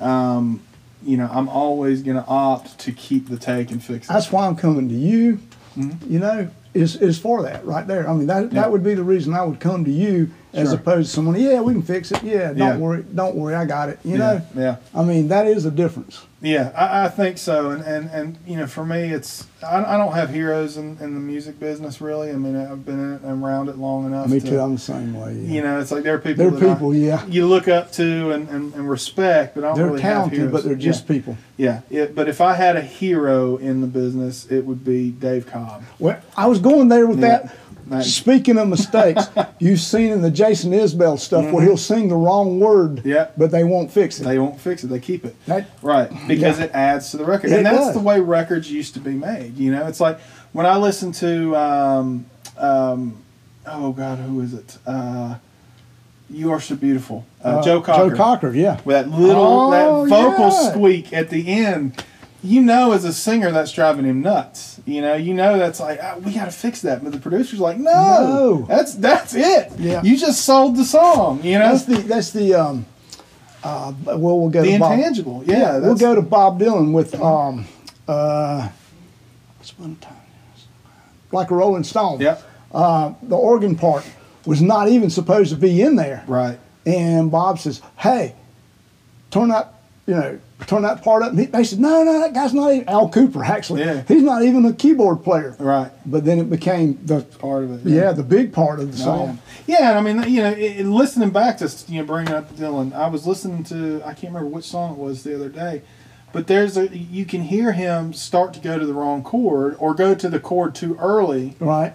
Speaker 2: um, you know, I'm always going to opt to keep the take and fix it.
Speaker 1: That's why I'm coming to you. You know, is is for that right there. I mean, that
Speaker 2: Mm-hmm. Yeah.
Speaker 1: that would be the reason I would come to you as
Speaker 2: Sure.
Speaker 1: opposed to someone. Yeah, we can fix it. Yeah, don't
Speaker 2: Yeah.
Speaker 1: worry, don't worry, I got it. You know,
Speaker 2: yeah, yeah.
Speaker 1: I mean, that is the difference.
Speaker 2: Yeah, I, I think so, and, and and you know, for me, it's I, I don't have heroes in, in the music business really. I mean, I've been in it, around it long enough.
Speaker 1: Me
Speaker 2: to-
Speaker 1: too. I'm the same way. Yeah.
Speaker 2: You know, it's like there are people.
Speaker 1: They're
Speaker 2: that I-
Speaker 1: people, yeah.
Speaker 2: You look up to and, and, and respect, but I don't
Speaker 1: they're
Speaker 2: really have
Speaker 1: talented,
Speaker 2: heroes.
Speaker 1: but they're just
Speaker 2: yeah.
Speaker 1: people.
Speaker 2: yeah. It, but if I had a hero in the business, it would be Dave Cobb.
Speaker 1: Well, I was going there with
Speaker 2: Yeah.
Speaker 1: that.
Speaker 2: Nice.
Speaker 1: Speaking of
Speaker 2: *laughs*
Speaker 1: mistakes, you've seen in the Jason Isbell stuff where he'll sing the wrong word,
Speaker 2: Mm-hmm. Yeah.
Speaker 1: but they won't fix it.
Speaker 2: They won't fix it; they keep it.
Speaker 1: That-
Speaker 2: Right, because
Speaker 1: Yeah.
Speaker 2: it adds to the record,
Speaker 1: It
Speaker 2: and that's
Speaker 1: does.
Speaker 2: the way records used to be made. You know, it's like when I listen to, um, um, oh God, who is it? Uh, you are so beautiful, uh,
Speaker 1: Uh,
Speaker 2: Joe Cocker.
Speaker 1: Joe Cocker, yeah.
Speaker 2: With that little
Speaker 1: Oh,
Speaker 2: that vocal
Speaker 1: yeah.
Speaker 2: squeak at the end. You know, as a singer, that's driving him nuts. You know, you know that's like "Ah, we got to fix that, but the producer's like, no,
Speaker 1: No.
Speaker 2: that's that's it.
Speaker 1: Yeah.
Speaker 2: you just sold the song. You know,
Speaker 1: That's the that's the um, uh, well we'll go
Speaker 2: the
Speaker 1: to Bob.
Speaker 2: intangible. Yeah, that's,
Speaker 1: We'll go to Bob Dylan with um, uh, what's one time? Like a Rolling Stone.
Speaker 2: Yep.
Speaker 1: Uh, the organ part was not even supposed to be in there.
Speaker 2: Right.
Speaker 1: And Bob says, "Hey, turn that, you know, turn that part up." And he, they said, "No, no, that guy's not even Al Cooper. Actually,
Speaker 2: Yeah.
Speaker 1: he's not even a keyboard player."
Speaker 2: Right.
Speaker 1: But then it became the
Speaker 2: Part of it.
Speaker 1: yeah, the big part of the
Speaker 2: Oh,
Speaker 1: song.
Speaker 2: Yeah, and I mean, you know, it, it- listening back to you know, bringing up Dylan, I was listening to I can't remember which song it was the other day, but there's a you can hear him start to go to the wrong chord or go to the chord too early,
Speaker 1: Right.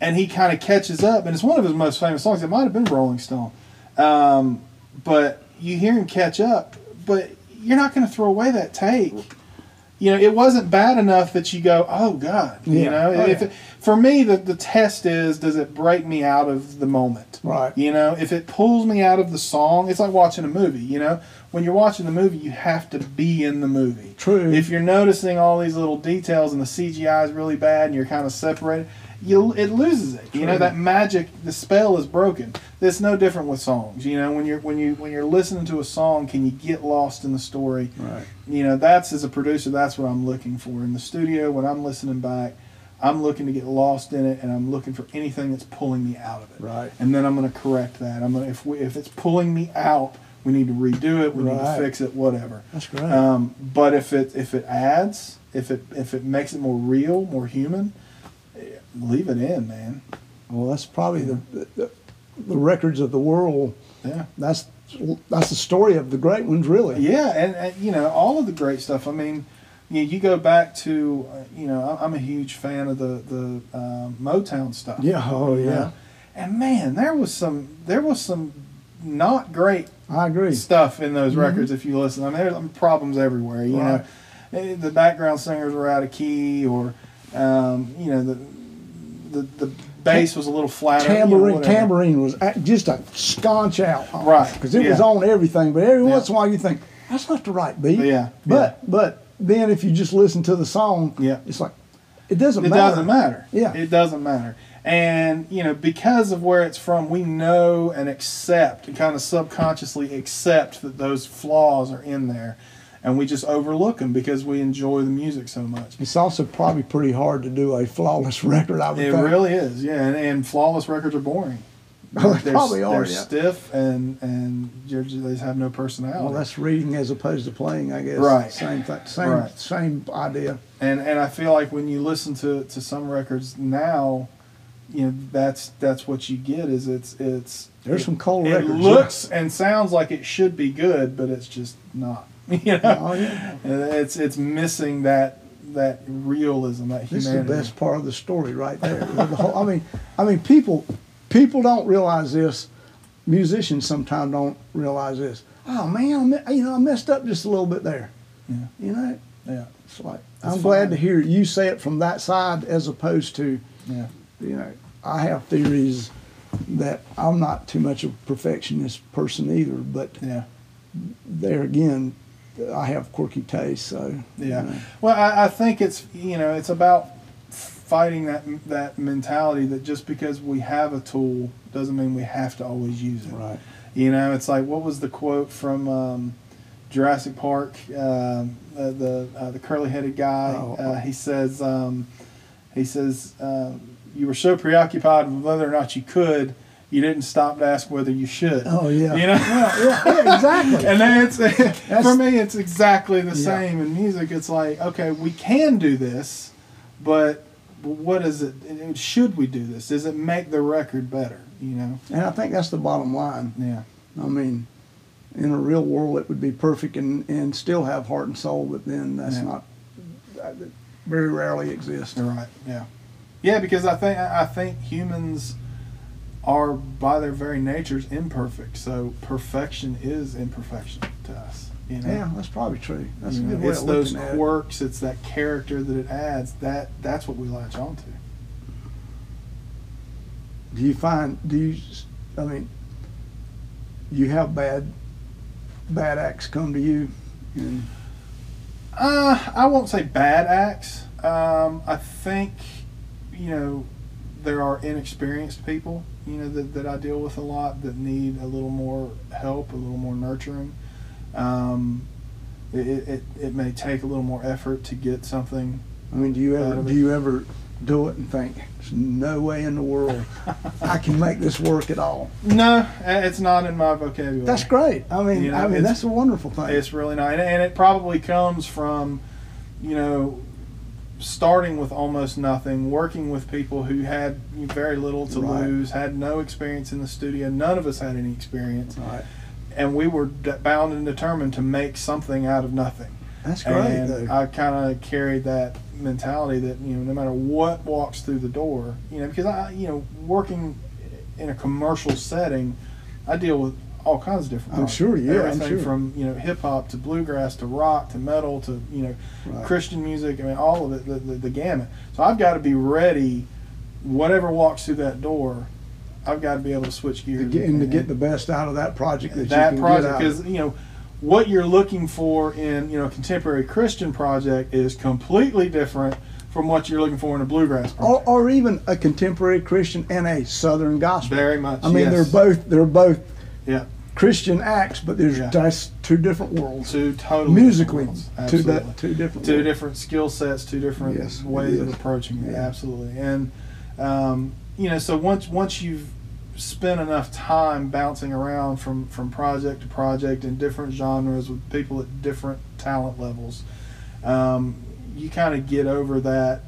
Speaker 2: and he kind of catches up, and it's one of his most famous songs. It might have been Rolling Stone, um, but you hear him catch up, but you're not going to throw away that take. You know, it wasn't bad enough that you go, oh God. You
Speaker 1: Yeah.
Speaker 2: know,
Speaker 1: Oh,
Speaker 2: if
Speaker 1: yeah.
Speaker 2: it, for me, the, the test is does it break me out of the moment?
Speaker 1: Right.
Speaker 2: You know, if it pulls me out of the song, it's like watching a movie. You know, when you're watching the movie, you have to be in the movie.
Speaker 1: True.
Speaker 2: If you're noticing all these little details and the CGI is really bad and you're kind of separated, you it loses it. You know
Speaker 1: True.
Speaker 2: that magic, the spell is broken. It's no different with songs. You know, when you're when you when you're listening to a song, can you get lost in the story?
Speaker 1: Right.
Speaker 2: You know, that's as a producer, that's what I'm looking for in the studio when I'm listening back. I'm looking to get lost in it, and I'm looking for anything that's pulling me out of it
Speaker 1: Right.
Speaker 2: and then I'm going to correct that. I'm going to if we, if it's pulling me out, we need to redo it. We need
Speaker 1: Right.
Speaker 2: to fix it, whatever.
Speaker 1: That's great.
Speaker 2: Um, but if it if it adds, if it if it makes it more real, more human, eh, leave it in, man.
Speaker 1: Well, that's probably the, the the records of the world.
Speaker 2: Yeah,
Speaker 1: That's that's the story of the great ones, really.
Speaker 2: yeah, and, and you know all of the great stuff. I mean, you, you go back to uh, you know I- I'm a huge fan of the the um Motown stuff.
Speaker 1: Yeah. Oh,
Speaker 2: you
Speaker 1: yeah.
Speaker 2: know? And man, there was some there was some not great
Speaker 1: I agree.
Speaker 2: stuff in those records if you listen. I mean, there's um, problems everywhere. You
Speaker 1: Mm-hmm. Right.
Speaker 2: know, Eh, the background singers were out of key, or um, you know, the the the bass was a little flat.
Speaker 1: Tambourine, tambourine was a- just a sconch out,
Speaker 2: Right,
Speaker 1: Because it was
Speaker 2: yeah.
Speaker 1: on everything. But every
Speaker 2: Yeah.
Speaker 1: once in a while, you think that's not the right beat.
Speaker 2: Yeah,
Speaker 1: But but then if you just listen to the song,
Speaker 2: Yeah.
Speaker 1: it's like it doesn't
Speaker 2: It
Speaker 1: matter.
Speaker 2: doesn't matter.
Speaker 1: Yeah.
Speaker 2: It doesn't matter. And, you know, because of where it's from, we know and accept and kind of subconsciously accept that those flaws are in there. And we just overlook them because we enjoy the music so much.
Speaker 1: It's also probably pretty hard to do a flawless *laughs* record. I would
Speaker 2: It
Speaker 1: think.
Speaker 2: really is, yeah. And, and flawless records are boring.
Speaker 1: Well, *laughs* they
Speaker 2: They're,
Speaker 1: probably are.
Speaker 2: they're
Speaker 1: yeah.
Speaker 2: stiff and and you're ju- they just have no personality.
Speaker 1: Well, that's reading as opposed to playing, I guess.
Speaker 2: Right.
Speaker 1: Same thing. Same
Speaker 2: Right.
Speaker 1: same
Speaker 2: *laughs*
Speaker 1: idea.
Speaker 2: and and I feel like when you listen to, to some records now, you know that's that's what you get is it's it's
Speaker 1: There's some cold
Speaker 2: it
Speaker 1: records. yeah.
Speaker 2: looks and sounds like it should be good, but it's just not. *laughs* You know,
Speaker 1: Oh, yeah.
Speaker 2: And it's it's missing that that realism, that
Speaker 1: This
Speaker 2: humanity.
Speaker 1: is the best part of the story right there. The whole- I mean, I mean, people, people don't realize this. Musicians sometimes don't realize this. Oh man, I me- you know, I messed up just a little bit there.
Speaker 2: Yeah.
Speaker 1: You know,
Speaker 2: Yeah,
Speaker 1: it's like I'm
Speaker 2: That's
Speaker 1: glad
Speaker 2: fine.
Speaker 1: to hear you say it from that side as opposed to,
Speaker 2: yeah,
Speaker 1: you know, I have theories that I'm not too much of a perfectionist person either, but
Speaker 2: yeah,
Speaker 1: there again, I have quirky taste, so you
Speaker 2: yeah.
Speaker 1: know.
Speaker 2: Well, I, I think it's you know it's about fighting that that mentality that just because we have a tool doesn't mean we have to always use it.
Speaker 1: right.
Speaker 2: You know, it's like what was the quote from um, Jurassic Park? Um, uh, the uh, the curly headed guy.
Speaker 1: Oh.
Speaker 2: Uh, he says um, he says um, you were so preoccupied with whether or not you could, you didn't stop to ask whether you should.
Speaker 1: Oh yeah.
Speaker 2: You know.
Speaker 1: yeah, yeah, exactly.
Speaker 2: And then it's *laughs* for me, it's exactly the
Speaker 1: Yeah.
Speaker 2: same in music. It's like, okay, we can do this, but what is it? and Should we do this? Does it make the record better? You know?
Speaker 1: And I think that's the bottom line.
Speaker 2: Yeah.
Speaker 1: I mean, in a real world, it would be perfect and, and still have heart and soul, but then that's
Speaker 2: Yeah.
Speaker 1: not that that very rarely exists.
Speaker 2: You're right. Yeah, yeah. Because I think I think humans are by their very natures imperfect. So perfection is imperfection to us. You know.
Speaker 1: Yeah, that's probably true. That's
Speaker 2: You
Speaker 1: a
Speaker 2: know,
Speaker 1: good way
Speaker 2: it's
Speaker 1: of
Speaker 2: those
Speaker 1: looking at it.
Speaker 2: quirks. It's that character that it adds. That that's what we latch onto.
Speaker 1: Do you find do you? s- I mean, you have bad bad acts come to you, and
Speaker 2: Uh, I won't say bad acts. Um, I think you know there are inexperienced people. You know that, that I deal with a lot that need a little more help, a little more nurturing. Um, it, it, it- it may take a little more effort to get something. *laughs*
Speaker 1: I mean, do you ever
Speaker 2: Out of
Speaker 1: do
Speaker 2: it.
Speaker 1: you ever do it and think there's no way in the world I can make this work at
Speaker 2: *laughs*
Speaker 1: all?
Speaker 2: No, eh, it's not in my vocabulary.
Speaker 1: That's great. I mean,
Speaker 2: You know,
Speaker 1: I mean
Speaker 2: it's-
Speaker 1: that's a wonderful thing.
Speaker 2: It's really not, and, and it probably comes from, you know, starting with almost nothing, working with people who had very little to
Speaker 1: Right.
Speaker 2: lose, had no experience in the studio. None of us had any experience,
Speaker 1: All right.
Speaker 2: and we were d- bound and determined to make something out of nothing.
Speaker 1: That's great.
Speaker 2: and
Speaker 1: though.
Speaker 2: I kind of carried that mentality that you know, no matter what walks through the door, you know, because I, you know, working in a commercial setting, I deal with all kinds of different.
Speaker 1: I'm sure, yeah, I'm
Speaker 2: everything
Speaker 1: sure.
Speaker 2: from you know hip hop to bluegrass to rock to metal to you know
Speaker 1: Right.
Speaker 2: Christian music. I mean, all of it, the, the, the gamut. So I've got to be ready, whatever walks through that door. I've got to be able to switch gears
Speaker 1: to get, and to get the best out of that project that,
Speaker 2: that
Speaker 1: you can get
Speaker 2: project
Speaker 1: out of.
Speaker 2: because you know what you're looking for in you know a contemporary Christian project is completely different from what you're looking for in a bluegrass
Speaker 1: or,
Speaker 2: project.
Speaker 1: or even a contemporary Christian and a Southern gospel.
Speaker 2: Very much.
Speaker 1: oh. I mean,
Speaker 2: yes.
Speaker 1: they're both they're both
Speaker 2: Yeah.
Speaker 1: Christian acts, but there's
Speaker 2: Yeah.
Speaker 1: that's two different worlds
Speaker 2: two totally
Speaker 1: musically.
Speaker 2: different worlds.
Speaker 1: Two
Speaker 2: Absolutely.
Speaker 1: di- two different
Speaker 2: two
Speaker 1: worlds.
Speaker 2: different skill sets, two different
Speaker 1: Yes, it
Speaker 2: ways of
Speaker 1: is.
Speaker 2: approaching it.
Speaker 1: Yeah.
Speaker 2: Absolutely, and um, you know, so once once you've spent enough time bouncing around from from project to project in different genres with people at different talent levels, um, you kind of get over that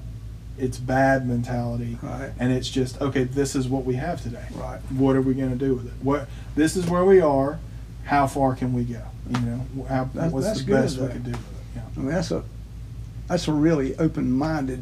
Speaker 2: it's bad mentality,
Speaker 1: Right.
Speaker 2: and it's just okay. This is what we have today
Speaker 1: Right.
Speaker 2: what are we going to do with it? What this is where we are. How far can we go? You know, how,
Speaker 1: That's-
Speaker 2: what's
Speaker 1: that's
Speaker 2: the
Speaker 1: good,
Speaker 2: best
Speaker 1: though.
Speaker 2: we could do with it?
Speaker 1: I mean, that's a that's a really open minded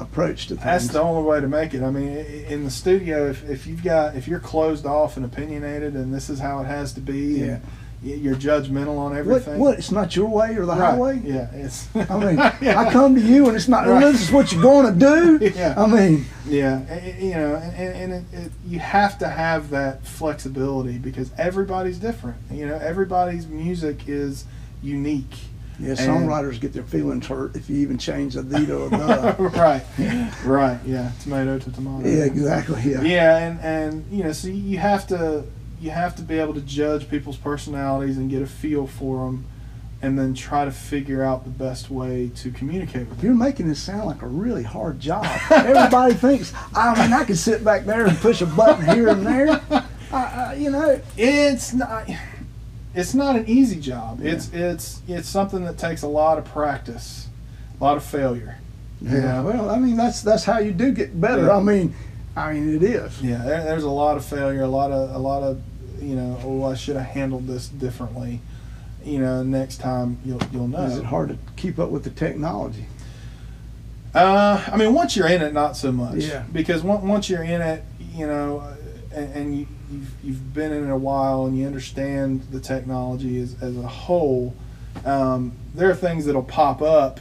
Speaker 1: approach to things.
Speaker 2: That's the only way to make it. I mean, i- in the studio, if, if you've got if you're closed off and opinionated, and this is how it has to be, and y you're judgmental on
Speaker 1: what,
Speaker 2: everything.
Speaker 1: what? It's not your way or the
Speaker 2: Right.
Speaker 1: highway.
Speaker 2: Yeah, it's.
Speaker 1: I mean,
Speaker 2: *laughs* yeah.
Speaker 1: I come to you and it's not.
Speaker 2: Right.
Speaker 1: Well, this is what you're going to do.
Speaker 2: *laughs* Yeah.
Speaker 1: I mean,
Speaker 2: Yeah, and- and, you know, and, and and it, it, you have to have that flexibility because everybody's different. You know, everybody's music is unique.
Speaker 1: yeah,
Speaker 2: And-
Speaker 1: songwriters get their feelings hurt if you even change a thee to a the.
Speaker 2: *laughs* right, right, yeah, tomato to tomato.
Speaker 1: *laughs* Yeah, exactly. Yeah.
Speaker 2: yeah, and and you know, so you have to you have to be able to judge people's personalities and get a feel for them, and then try to figure out the best way to communicate with them.
Speaker 1: You're making this sound like a really hard job. *laughs* Everybody thinks, I mean, I could sit back there and push a button here and *laughs* there. I, I, you know,
Speaker 2: It's not. It's not an easy job. It's it's it's something that takes a lot of practice, a lot of failure.
Speaker 1: Yeah, well, I mean that's that's how you do get better.
Speaker 2: Yeah.
Speaker 1: I mean, I mean it is.
Speaker 2: Yeah, there, there's a lot of failure, a lot of a lot of you know. Oh, I should have handled this differently. You know, next time you'll you'll know.
Speaker 1: Is it hard to keep up with the technology?
Speaker 2: Uh, I mean, once you're in it, not so much.
Speaker 1: Yeah.
Speaker 2: Because on- once you're in it, you know, uh, and, and you, you've, you've been in it a while and you understand the technology as, as a whole, um, there are things that'll pop up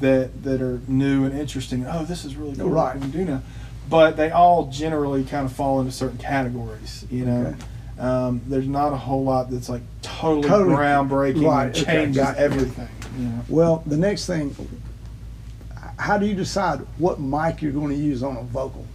Speaker 2: that, that are new and interesting. Oh, this is really cool.
Speaker 1: Right.
Speaker 2: What we do now. But they all generally kind of fall into certain categories, you know. Um, there's not a whole lot that's like totally,
Speaker 1: Totally.
Speaker 2: groundbreaking
Speaker 1: Right,
Speaker 2: and
Speaker 1: okay,
Speaker 2: changes
Speaker 1: got you.
Speaker 2: everything. You know?
Speaker 1: Well, the next thing, how do you decide what mic you're going to use on a vocal?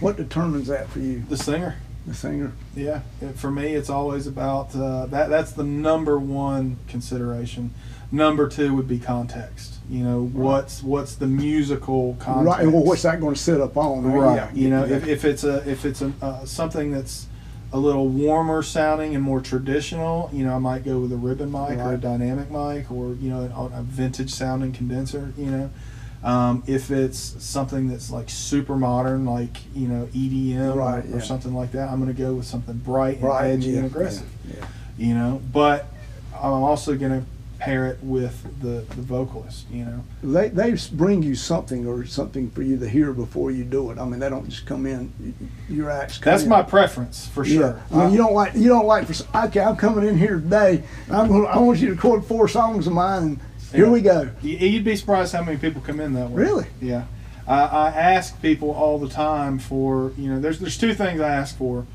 Speaker 1: What determines that for you,
Speaker 2: The singer.
Speaker 1: the singer?
Speaker 2: Yeah, it, for me, it's always about uh, that. That's the number one consideration. Number two would be context. You know, what's what's the musical context?
Speaker 1: Right. Well, what's that going to sit up on?
Speaker 2: Right. you know,
Speaker 1: yeah.
Speaker 2: if, if it's a if it's a uh, something that's a little warmer sounding and more traditional, you know, I might go with a ribbon mic or a
Speaker 1: Right.
Speaker 2: dynamic mic or you know a, a vintage sounding condenser. You know, um, if it's something that's like super modern, like you know EDM
Speaker 1: Right,
Speaker 2: or,
Speaker 1: yeah.
Speaker 2: or something like that, I'm going to go with something bright and
Speaker 1: Bright,
Speaker 2: edgy
Speaker 1: yeah,
Speaker 2: and aggressive.
Speaker 1: yeah,
Speaker 2: You know, but I'm also going to pair it with the the vocalist. You know,
Speaker 1: they they s- bring you something or something for you to hear before you do it. I mean, they don't just come in. y- Your acts. Come
Speaker 2: that's
Speaker 1: in.
Speaker 2: my preference for sure.
Speaker 1: Yeah. I mean, you don't like you don't like for s- okay. I'm coming in here today. And I'm going. I want you to record four songs of mine. And here
Speaker 2: Yeah.
Speaker 1: we go.
Speaker 2: Y- You'd be surprised how many people come in that way.
Speaker 1: Really?
Speaker 2: Yeah. I, I ask people all the time for you know. There's there's two things I ask for.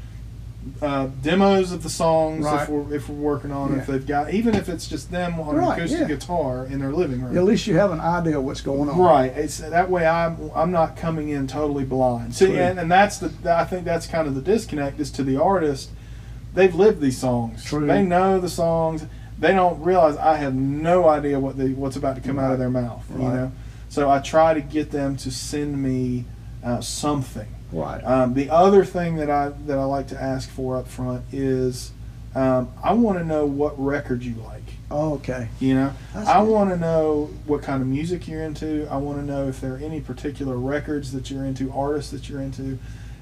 Speaker 2: Uh, demos of the songs
Speaker 1: Right.
Speaker 2: if we're if we're working on
Speaker 1: Yeah.
Speaker 2: if they've got even if it's just them on
Speaker 1: Right,
Speaker 2: an acoustic
Speaker 1: yeah.
Speaker 2: guitar in their living room.
Speaker 1: At least you have an idea of what's going on.
Speaker 2: Right. It's that way. I'm I'm not coming in totally blind. See,
Speaker 1: True.
Speaker 2: and, and that's the I think that's kind of the disconnect is to the artist. They've lived these songs.
Speaker 1: True.
Speaker 2: They know the songs. They don't realize I have no idea what they what's about to come out of their mouth. You
Speaker 1: Right.
Speaker 2: know. So I try to get them to send me uh, something.
Speaker 1: Right.
Speaker 2: Um, the other thing that I that I like to ask for up front is um, I want to know what record you like.
Speaker 1: Oh, okay.
Speaker 2: You know.
Speaker 1: That's
Speaker 2: I
Speaker 1: good.
Speaker 2: want to know what kind of music you're into. I want to know if there are any particular records that you're into, artists that you're into,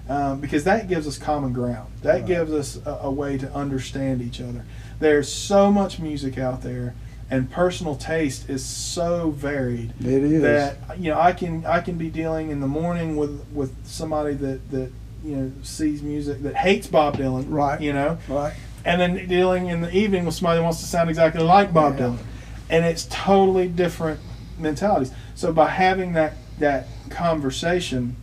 Speaker 2: um, because that gives us common ground. That
Speaker 1: Right.
Speaker 2: gives us a, a way to understand each other. There's so much music out there, and personal taste is so varied
Speaker 1: It is.
Speaker 2: that you know I can I can be dealing in the morning with with somebody that that you know sees music that hates Bob Dylan,
Speaker 1: Right.
Speaker 2: You know,
Speaker 1: right.
Speaker 2: and then dealing in the evening with somebody who wants to sound exactly like Bob
Speaker 1: Yeah.
Speaker 2: Dylan, and it's totally different mentalities. So by having that that conversation,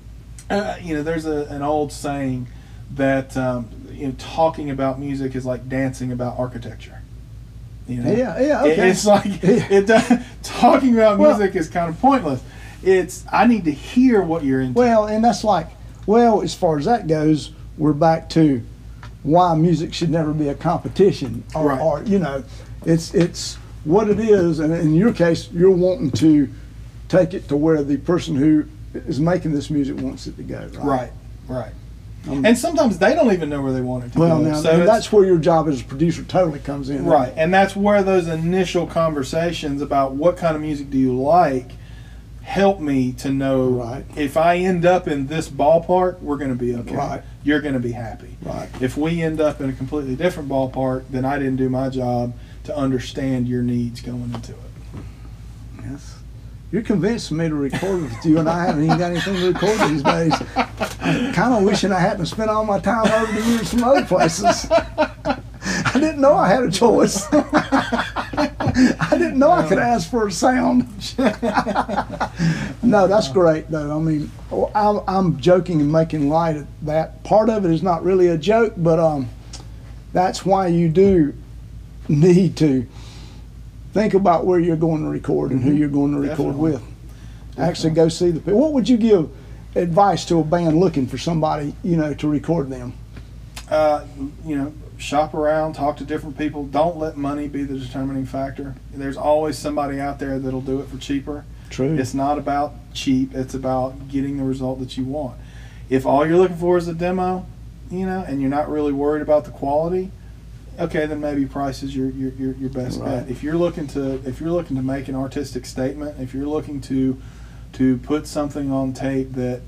Speaker 2: uh, you know, there's a, an old saying that um, you know talking about music is like dancing about architecture. You know?
Speaker 1: Yeah. Yeah.
Speaker 2: It-
Speaker 1: Okay.
Speaker 2: It's like *laughs* it does, talking about
Speaker 1: Well-
Speaker 2: music is kind of pointless. It's I need to hear what you're into.
Speaker 1: Well, and that's like, well, as far as that goes, we're back to why music should never be a competition, or,
Speaker 2: Right.
Speaker 1: or you know, it's it's what it is, and in your case, you're wanting to take it to where the person who is making this music wants it to go. Right.
Speaker 2: right, right.
Speaker 1: Um,
Speaker 2: and sometimes they don't even know where they want it to
Speaker 1: Well,
Speaker 2: go.
Speaker 1: now
Speaker 2: So
Speaker 1: and
Speaker 2: it's-
Speaker 1: that's where your job as a producer totally comes in.
Speaker 2: Right, and that's where those initial conversations about what kind of music do you like help me to know
Speaker 1: Right.
Speaker 2: if I end up in this ballpark, we're going to be okay.
Speaker 1: Right.
Speaker 2: You're going to be happy.
Speaker 1: Right.
Speaker 2: If we end up in a completely different ballpark, then I didn't do my job to understand your needs going into it.
Speaker 1: Yes. You're convincing me to record with you, and I haven't even got anything to record these days. I'm kind of wishing I hadn't spent all my time over the years from other places. I didn't know I had a choice. *laughs* I didn't know I could ask for a sound. no, that's great, though. I mean, oh, I'm, I'm joking and making light of that. Part of it is not really a joke, but um, that's why you do need to think about where you're going to record and who you're going to record
Speaker 2: Definitely.
Speaker 1: with. Actually, go see the people. What would you give advice to a band looking for somebody, you know, to record them?
Speaker 2: Uh, you know, shop around, talk to different people. Don't let money be the determining factor. There's always somebody out there that'll do it for cheaper.
Speaker 1: True.
Speaker 2: It's not about cheap. It's about getting the result that you want. If all you're looking for is a demo, you know, and you're not really worried about the quality, okay, then maybe price is your your, your, your best
Speaker 1: Right.
Speaker 2: bet. If you're looking to if you're looking to make an artistic statement, if you're looking to to put something on tape that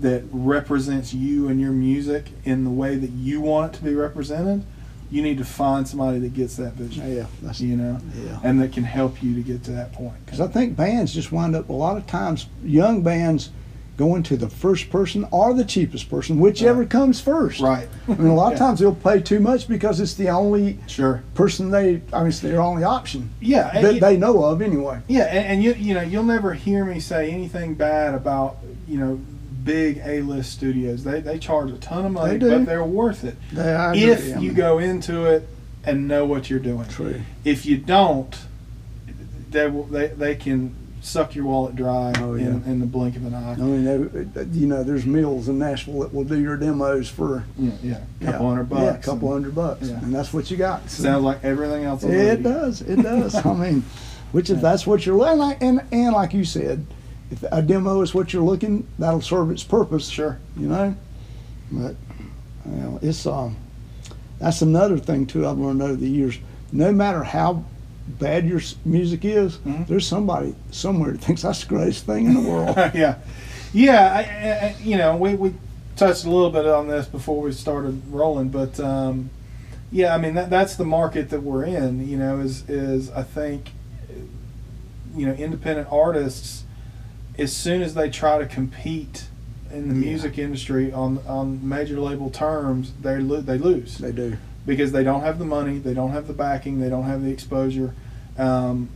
Speaker 2: that represents you and your music in the way that you want it to be represented, you need to find somebody that gets that vision,
Speaker 1: Yeah, that's
Speaker 2: you know,
Speaker 1: yeah.
Speaker 2: and that can help you to get to that point.
Speaker 1: Because I think bands just wind up a lot of times, young bands going to the first person or the cheapest person, whichever comes first.
Speaker 2: Right.
Speaker 1: I mean, a lot of
Speaker 2: Yeah.
Speaker 1: times they'll pay too much because it's the only
Speaker 2: Sure.
Speaker 1: person they, I mean, it's their only option
Speaker 2: Yeah. and
Speaker 1: that
Speaker 2: you-
Speaker 1: they know of anyway.
Speaker 2: yeah, and, and you you know you'll never hear me say anything bad about you know big A list studios. They they charge a ton of money,
Speaker 1: do.
Speaker 2: but they're worth it
Speaker 1: They, I
Speaker 2: if
Speaker 1: agree, I
Speaker 2: you
Speaker 1: mean,
Speaker 2: go into it and know what you're doing.
Speaker 1: True.
Speaker 2: If you don't, they will, they they can suck your wallet dry
Speaker 1: Oh,
Speaker 2: in, in the blink of an eye.
Speaker 1: I mean, they, you know, there's mills in Nashville that will do your demos for
Speaker 2: Yeah, yeah, a couple
Speaker 1: yeah,
Speaker 2: hundred bucks.
Speaker 1: Yeah, a couple hundred bucks.
Speaker 2: yeah.
Speaker 1: And that's what you got. So-
Speaker 2: Sounds like everything else. on the
Speaker 1: It
Speaker 2: radio.
Speaker 1: does. It does. I mean, which if that's what you're and like, and, and like you said, if a demo is what you're looking, that'll serve its purpose.
Speaker 2: Sure.
Speaker 1: You know, but well, it's um, that's another thing too I've learned over the years. No matter how bad your s- music is,
Speaker 2: Mhm.
Speaker 1: there's somebody somewhere that thinks that's the greatest thing in the world.
Speaker 2: *laughs* yeah, yeah. I, I- I, you know, we, we touched a little bit on this before we started rolling, but um, yeah, I mean that, that's the market that we're in. You know, is is I think, you know, independent artists, as soon as they try to compete in the
Speaker 1: Yeah.
Speaker 2: music industry on on major label terms, they lo- they lose
Speaker 1: they do.
Speaker 2: because they don't have the money, they don't have the backing, they don't have the exposure. Um,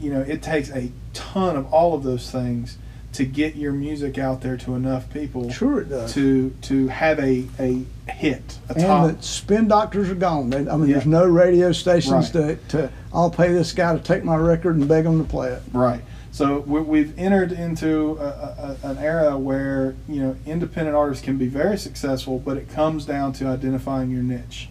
Speaker 2: you know, it takes a ton of all of those things to get your music out there to enough people
Speaker 1: Sure, it does.
Speaker 2: to to have a, a hit, a top.
Speaker 1: And the spin doctors are gone. They, I mean,
Speaker 2: Yeah.
Speaker 1: there's no radio stations
Speaker 2: Right.
Speaker 1: to, to. I'll pay this guy to take my record and beg him to play it.
Speaker 2: Right. So we, we've entered into a, a, a- an era where you know independent artists can be very successful, but it comes down to identifying your niche,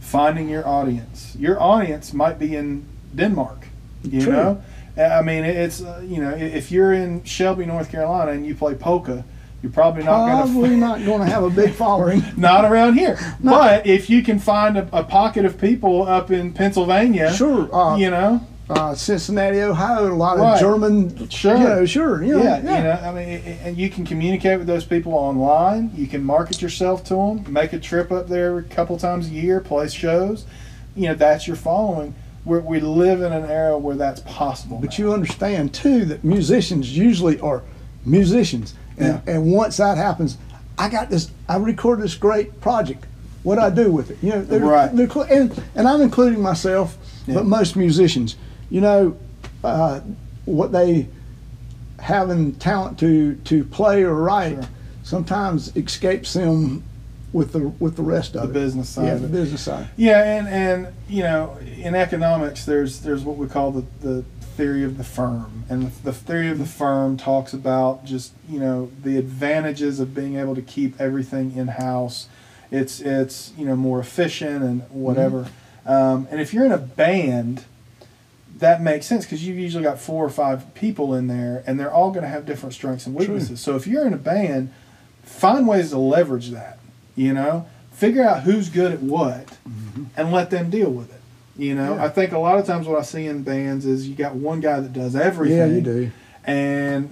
Speaker 2: finding your audience. Your audience might be in Denmark, you
Speaker 1: True.
Speaker 2: know. Uh, I mean, it- it's uh, you know i- if you're in Shelby, North Carolina, and you play polka, you're probably not
Speaker 1: probably
Speaker 2: gonna
Speaker 1: not going to have a big following.
Speaker 2: *laughs* not around here. But if you can find a, a pocket of people up in Pennsylvania,
Speaker 1: Sure, uh,
Speaker 2: you know,
Speaker 1: uh, Cincinnati, Ohio, a lot
Speaker 2: Right.
Speaker 1: of German.
Speaker 2: Sure.
Speaker 1: you know, sure, you know,
Speaker 2: yeah,
Speaker 1: yeah,
Speaker 2: you know, I mean, i- i- and you can communicate with those people online. You can market yourself to them. Make a trip up there a couple times a year, play shows. You know, that's your following. We're, we live in an era where that's possible.
Speaker 1: But
Speaker 2: now.
Speaker 1: you understand too that musicians usually are musicians, and, and once that happens, I got this. I recorded this great project. What do I do with it? You know, they're,
Speaker 2: Right.
Speaker 1: they're cl- and and I'm including myself,
Speaker 2: Yeah.
Speaker 1: but most musicians, you know, uh, what they having talent to to play or write
Speaker 2: Sure.
Speaker 1: sometimes escapes them with the with the rest of
Speaker 2: the
Speaker 1: it.
Speaker 2: business side
Speaker 1: yeah,
Speaker 2: of
Speaker 1: the
Speaker 2: it.
Speaker 1: business side.
Speaker 2: Yeah, and, and you know, in economics, there's there's what we call the, the theory of the firm, and the, the theory of the firm talks about just you know the advantages of being able to keep everything in house. It's it's you know more efficient and whatever. Um, and if you're in a band, that makes sense because you've usually got four or five people in there, and they're all going to have different strengths and weaknesses. So if you're in a band, find ways to leverage that. You know, figure out who's good at what, and let them deal with it. You know,
Speaker 1: Mm-hmm. Yeah.
Speaker 2: I think a lot of times what I see in bands is you got one guy that does everything.
Speaker 1: Yeah, you do.
Speaker 2: and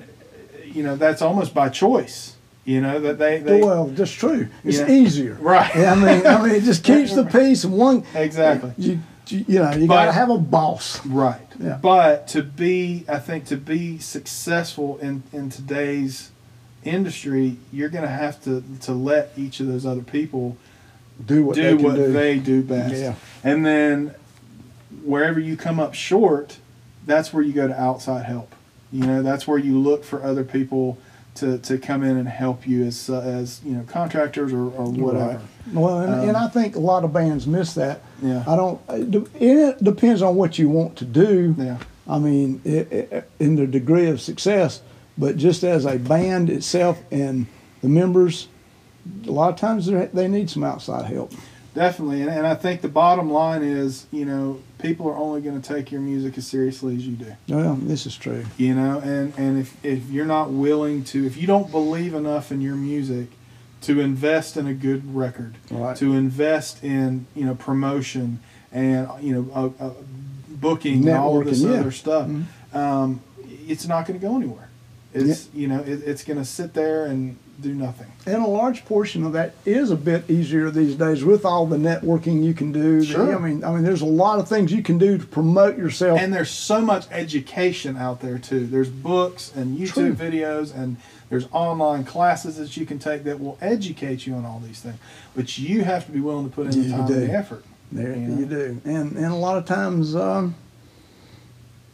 Speaker 2: you know that's almost by choice. You know that they, they
Speaker 1: well, that's true. It's
Speaker 2: Yeah.
Speaker 1: easier.
Speaker 2: right. *laughs*
Speaker 1: Yeah, I mean, I mean, it just keeps the peace. And one
Speaker 2: Exactly.
Speaker 1: you you know, you
Speaker 2: But-
Speaker 1: got to have a boss.
Speaker 2: Right.
Speaker 1: Yeah.
Speaker 2: But to be, I think, to be successful in, in today's industry, you're going to have to, to let each of those other people
Speaker 1: Do what
Speaker 2: do
Speaker 1: they can
Speaker 2: what
Speaker 1: do.
Speaker 2: they do best.
Speaker 1: Yeah.
Speaker 2: And then wherever you come up short, that's where you go to outside help. You know, that's where you look for other people to, to come in and help you as, uh, as you know, contractors or, or whatever.
Speaker 1: Right. Well, and, and I think a lot of bands miss that.
Speaker 2: Um, Yeah.
Speaker 1: I don't. It de- it depends on what you want to do.
Speaker 2: Yeah.
Speaker 1: I mean, it, it, in the degree of success, but just as a band itself and the members, a lot of times they're- they need some outside help.
Speaker 2: Definitely, and, and I think the bottom line is, you know, people are only going to take your music as seriously as you do.
Speaker 1: Well, this is true.
Speaker 2: You know, and and if if you're not willing to, if you don't believe enough in your music to invest in a good record,
Speaker 1: Right.
Speaker 2: to invest in you know promotion and you know a, a booking and all of this
Speaker 1: Networking, yeah. Mm-hmm.
Speaker 2: other stuff, um, it's not going to go anywhere. It's you know it, it's going to sit there and do nothing.
Speaker 1: And a large portion of that is a bit easier these days with all the networking you can do.
Speaker 2: Sure.
Speaker 1: I mean, I mean, there's a lot of things you can do to promote yourself.
Speaker 2: and there's so much education out there too. There's books and YouTube
Speaker 1: True.
Speaker 2: videos and there's online classes that you can take that will educate you on all these things. But you have to be willing to put in the
Speaker 1: You
Speaker 2: time
Speaker 1: do.
Speaker 2: and the effort.
Speaker 1: There
Speaker 2: You
Speaker 1: you,
Speaker 2: know?
Speaker 1: do, and and a lot of times um,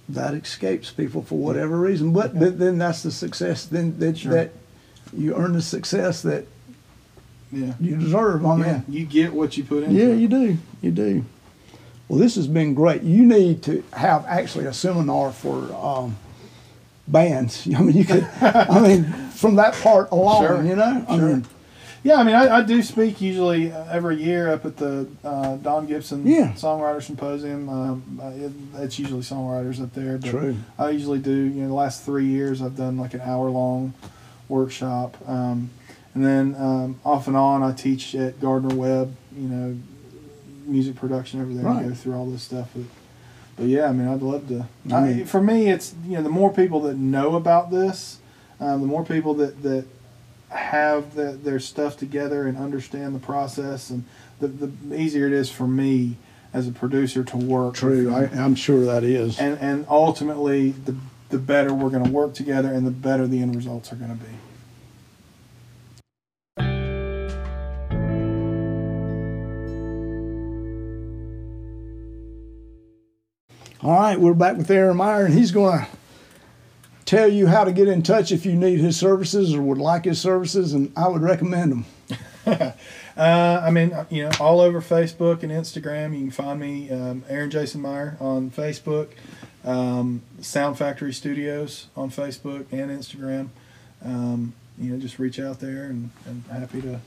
Speaker 1: that escapes people for whatever reason. But th- then that's the success. Then that
Speaker 2: Sure.
Speaker 1: that you earn the success that
Speaker 2: Yeah.
Speaker 1: you deserve. I mean,
Speaker 2: Yeah.
Speaker 1: yeah,
Speaker 2: You get what you put in.
Speaker 1: you do, you do. Well, this has been great. You need to have actually a seminar for um, bands. *laughs* I mean, you could. I mean, from that part alone,
Speaker 2: Sure.
Speaker 1: you know. I
Speaker 2: Sure.
Speaker 1: mean,
Speaker 2: Yeah, I mean, I, I do speak usually uh, every year up at the uh, Don Gibson
Speaker 1: Yeah.
Speaker 2: Songwriter Symposium. Um, I- it, it's usually songwriters up there. But
Speaker 1: True.
Speaker 2: I usually do, you know, the last three years I've done like an hour long workshop. Um, and then um, off and on, I teach at Gardner Webb, you know, music production over there
Speaker 1: Right.
Speaker 2: and go through all this stuff. But, but yeah, I mean, I'd love to.
Speaker 1: I
Speaker 2: I
Speaker 1: mean-
Speaker 2: for me, it's, you know, the more people that know about this, um, the more people that, that have the, their stuff together and understand the process, and the, the easier it is for me as a producer to work.
Speaker 1: true. I, I'm sure that is.
Speaker 2: and and ultimately, the the better we're going to work together, and the better the end results are going to be.
Speaker 1: All right, we're back with Aaron Meyer, and he's going to tell you how to get in touch if you need his services or would like his services, and I would recommend them.
Speaker 2: Uh, I mean, you know, all over Facebook and Instagram, you can find me, um, Aaron Jason Meyer on Facebook, um, Sound Factory Studios on Facebook and Instagram. Um, you know, just reach out there, and, and happy to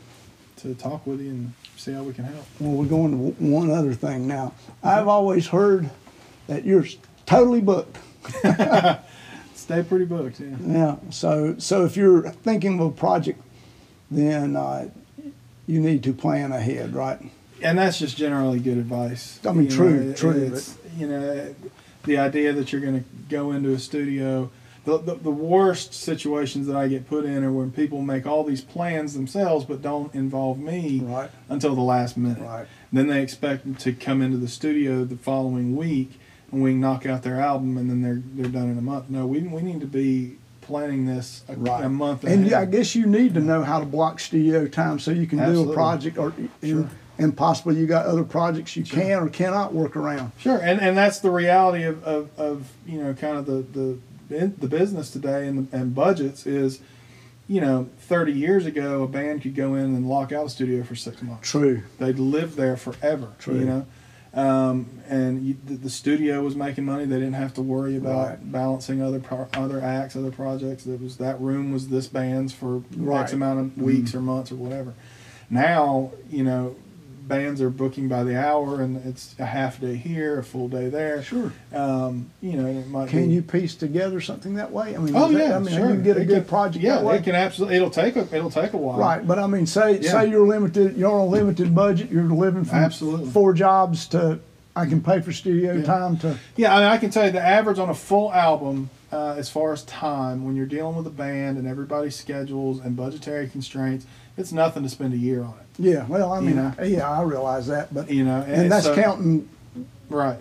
Speaker 2: to talk with you and see how we can help.
Speaker 1: Well, we're going to w- one other thing now. I've always heard that you're s- totally booked.
Speaker 2: Stay pretty booked, yeah.
Speaker 1: Yeah. So, so if you're thinking of a project, then uh, you need to plan ahead, right?
Speaker 2: and that's just generally good advice.
Speaker 1: I mean,
Speaker 2: You
Speaker 1: true,
Speaker 2: know, it-
Speaker 1: true,
Speaker 2: It's, you know, the idea that you're going to go into a studio. The, the, the worst situations that I get put in are when people make all these plans themselves but don't involve me
Speaker 1: Right.
Speaker 2: until the last minute.
Speaker 1: Right.
Speaker 2: Then they expect me to come into the studio the following week and we knock out their album and then they're they're done in a month. No, we, we need to be planning this a,
Speaker 1: Right.
Speaker 2: a month
Speaker 1: And you- I
Speaker 2: ahead.
Speaker 1: guess you need to know how to block studio time so you can do
Speaker 2: Absolutely.
Speaker 1: a project, or
Speaker 2: Sure.
Speaker 1: and, and possibly you got other projects you can or cannot work around.
Speaker 2: Sure, and, and that's the reality of, of, of you know kind of the the, the business today and, and budgets is, you know, thirty years ago a band could go in and lock out a studio for six months.
Speaker 1: True.
Speaker 2: They'd live there forever.
Speaker 1: True.
Speaker 2: You know, um, and you, the, the studio was making money. They didn't have to worry about
Speaker 1: Right.
Speaker 2: balancing other pro- other acts, other projects. That was that room was this band's for
Speaker 1: Right. Mm-hmm.
Speaker 2: X amount of weeks or months or whatever. Now you know. Bands are booking by the hour, and it's a half day here, a full day there.
Speaker 1: Sure.
Speaker 2: Um, you know, it might
Speaker 1: Can
Speaker 2: be,
Speaker 1: you piece together something that way? I mean,
Speaker 2: Oh
Speaker 1: is that-
Speaker 2: yeah,
Speaker 1: I mean,
Speaker 2: sure.
Speaker 1: you can get a
Speaker 2: It
Speaker 1: good
Speaker 2: can-
Speaker 1: project
Speaker 2: Yeah,
Speaker 1: that way.
Speaker 2: it can absolutely. It'll take a. It'll take a while.
Speaker 1: right, but I mean, say
Speaker 2: Yeah.
Speaker 1: say you're limited, you're on a limited budget, you're living from
Speaker 2: Absolutely.
Speaker 1: four jobs to I can pay for studio
Speaker 2: Yeah.
Speaker 1: time to
Speaker 2: Yeah, I mean, I can tell you the average on a full album, uh, as far as time, when you're dealing with a band and everybody's schedules and budgetary constraints, it's nothing to spend a year on it.
Speaker 1: yeah. Well, I mean,
Speaker 2: know.
Speaker 1: yeah, I realize that, but
Speaker 2: You know,
Speaker 1: and, that's
Speaker 2: so-
Speaker 1: counting
Speaker 2: Right.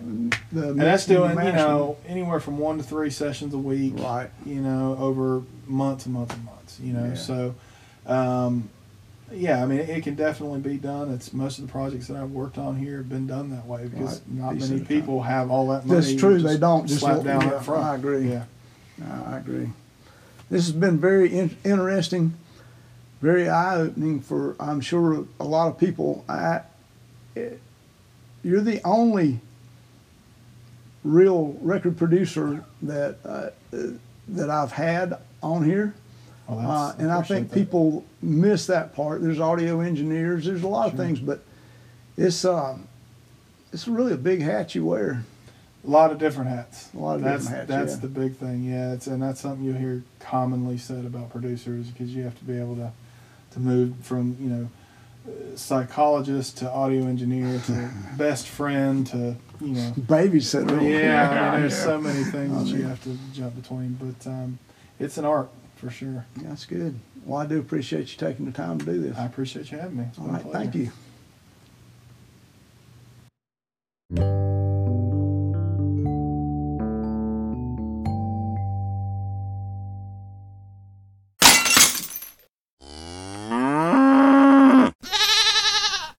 Speaker 1: The
Speaker 2: And that's doing, you know, anywhere from one to three sessions a week.
Speaker 1: Right.
Speaker 2: You know, over months and months and months. You know,
Speaker 1: Yeah.
Speaker 2: so, um, yeah, I mean, it can definitely be done. It's most of the projects that I've worked on here have been done that way because
Speaker 1: Right.
Speaker 2: not
Speaker 1: Piece
Speaker 2: many
Speaker 1: at a time.
Speaker 2: people have all that money.
Speaker 1: That's true,
Speaker 2: to
Speaker 1: they don't, just
Speaker 2: slap
Speaker 1: look-
Speaker 2: down
Speaker 1: yeah,
Speaker 2: up front.
Speaker 1: I agree.
Speaker 2: Yeah.
Speaker 1: I agree. This has been very in- interesting, very eye opening for, I'm sure, a lot of people. I, it, you're the only real record producer that uh, uh, that I've had on here.
Speaker 2: Well,
Speaker 1: Uh,
Speaker 2: that's-
Speaker 1: and I think
Speaker 2: appreciate that.
Speaker 1: people miss that part. There's audio engineers. There's a lot of
Speaker 2: Sure.
Speaker 1: things, but it's um, it's really a big hat you wear.
Speaker 2: A lot of different hats.
Speaker 1: A lot of
Speaker 2: that's,
Speaker 1: different hats,
Speaker 2: That's
Speaker 1: yeah.
Speaker 2: the big thing, yeah. It's, and that's something you hear commonly said about producers because you have to be able to, to move from you know, uh, psychologist to audio engineer
Speaker 1: *laughs*
Speaker 2: to best friend to you know.
Speaker 1: Babysitter.
Speaker 2: Yeah, I mean, there's so many things
Speaker 1: I
Speaker 2: that you
Speaker 1: mean-
Speaker 2: have to jump between, but um, it's an art for sure.
Speaker 1: That's good. Well, I do appreciate you taking the time to do this.
Speaker 2: I appreciate you having me. It's
Speaker 1: All
Speaker 2: been a
Speaker 1: right, thank
Speaker 2: pleasure.
Speaker 1: you.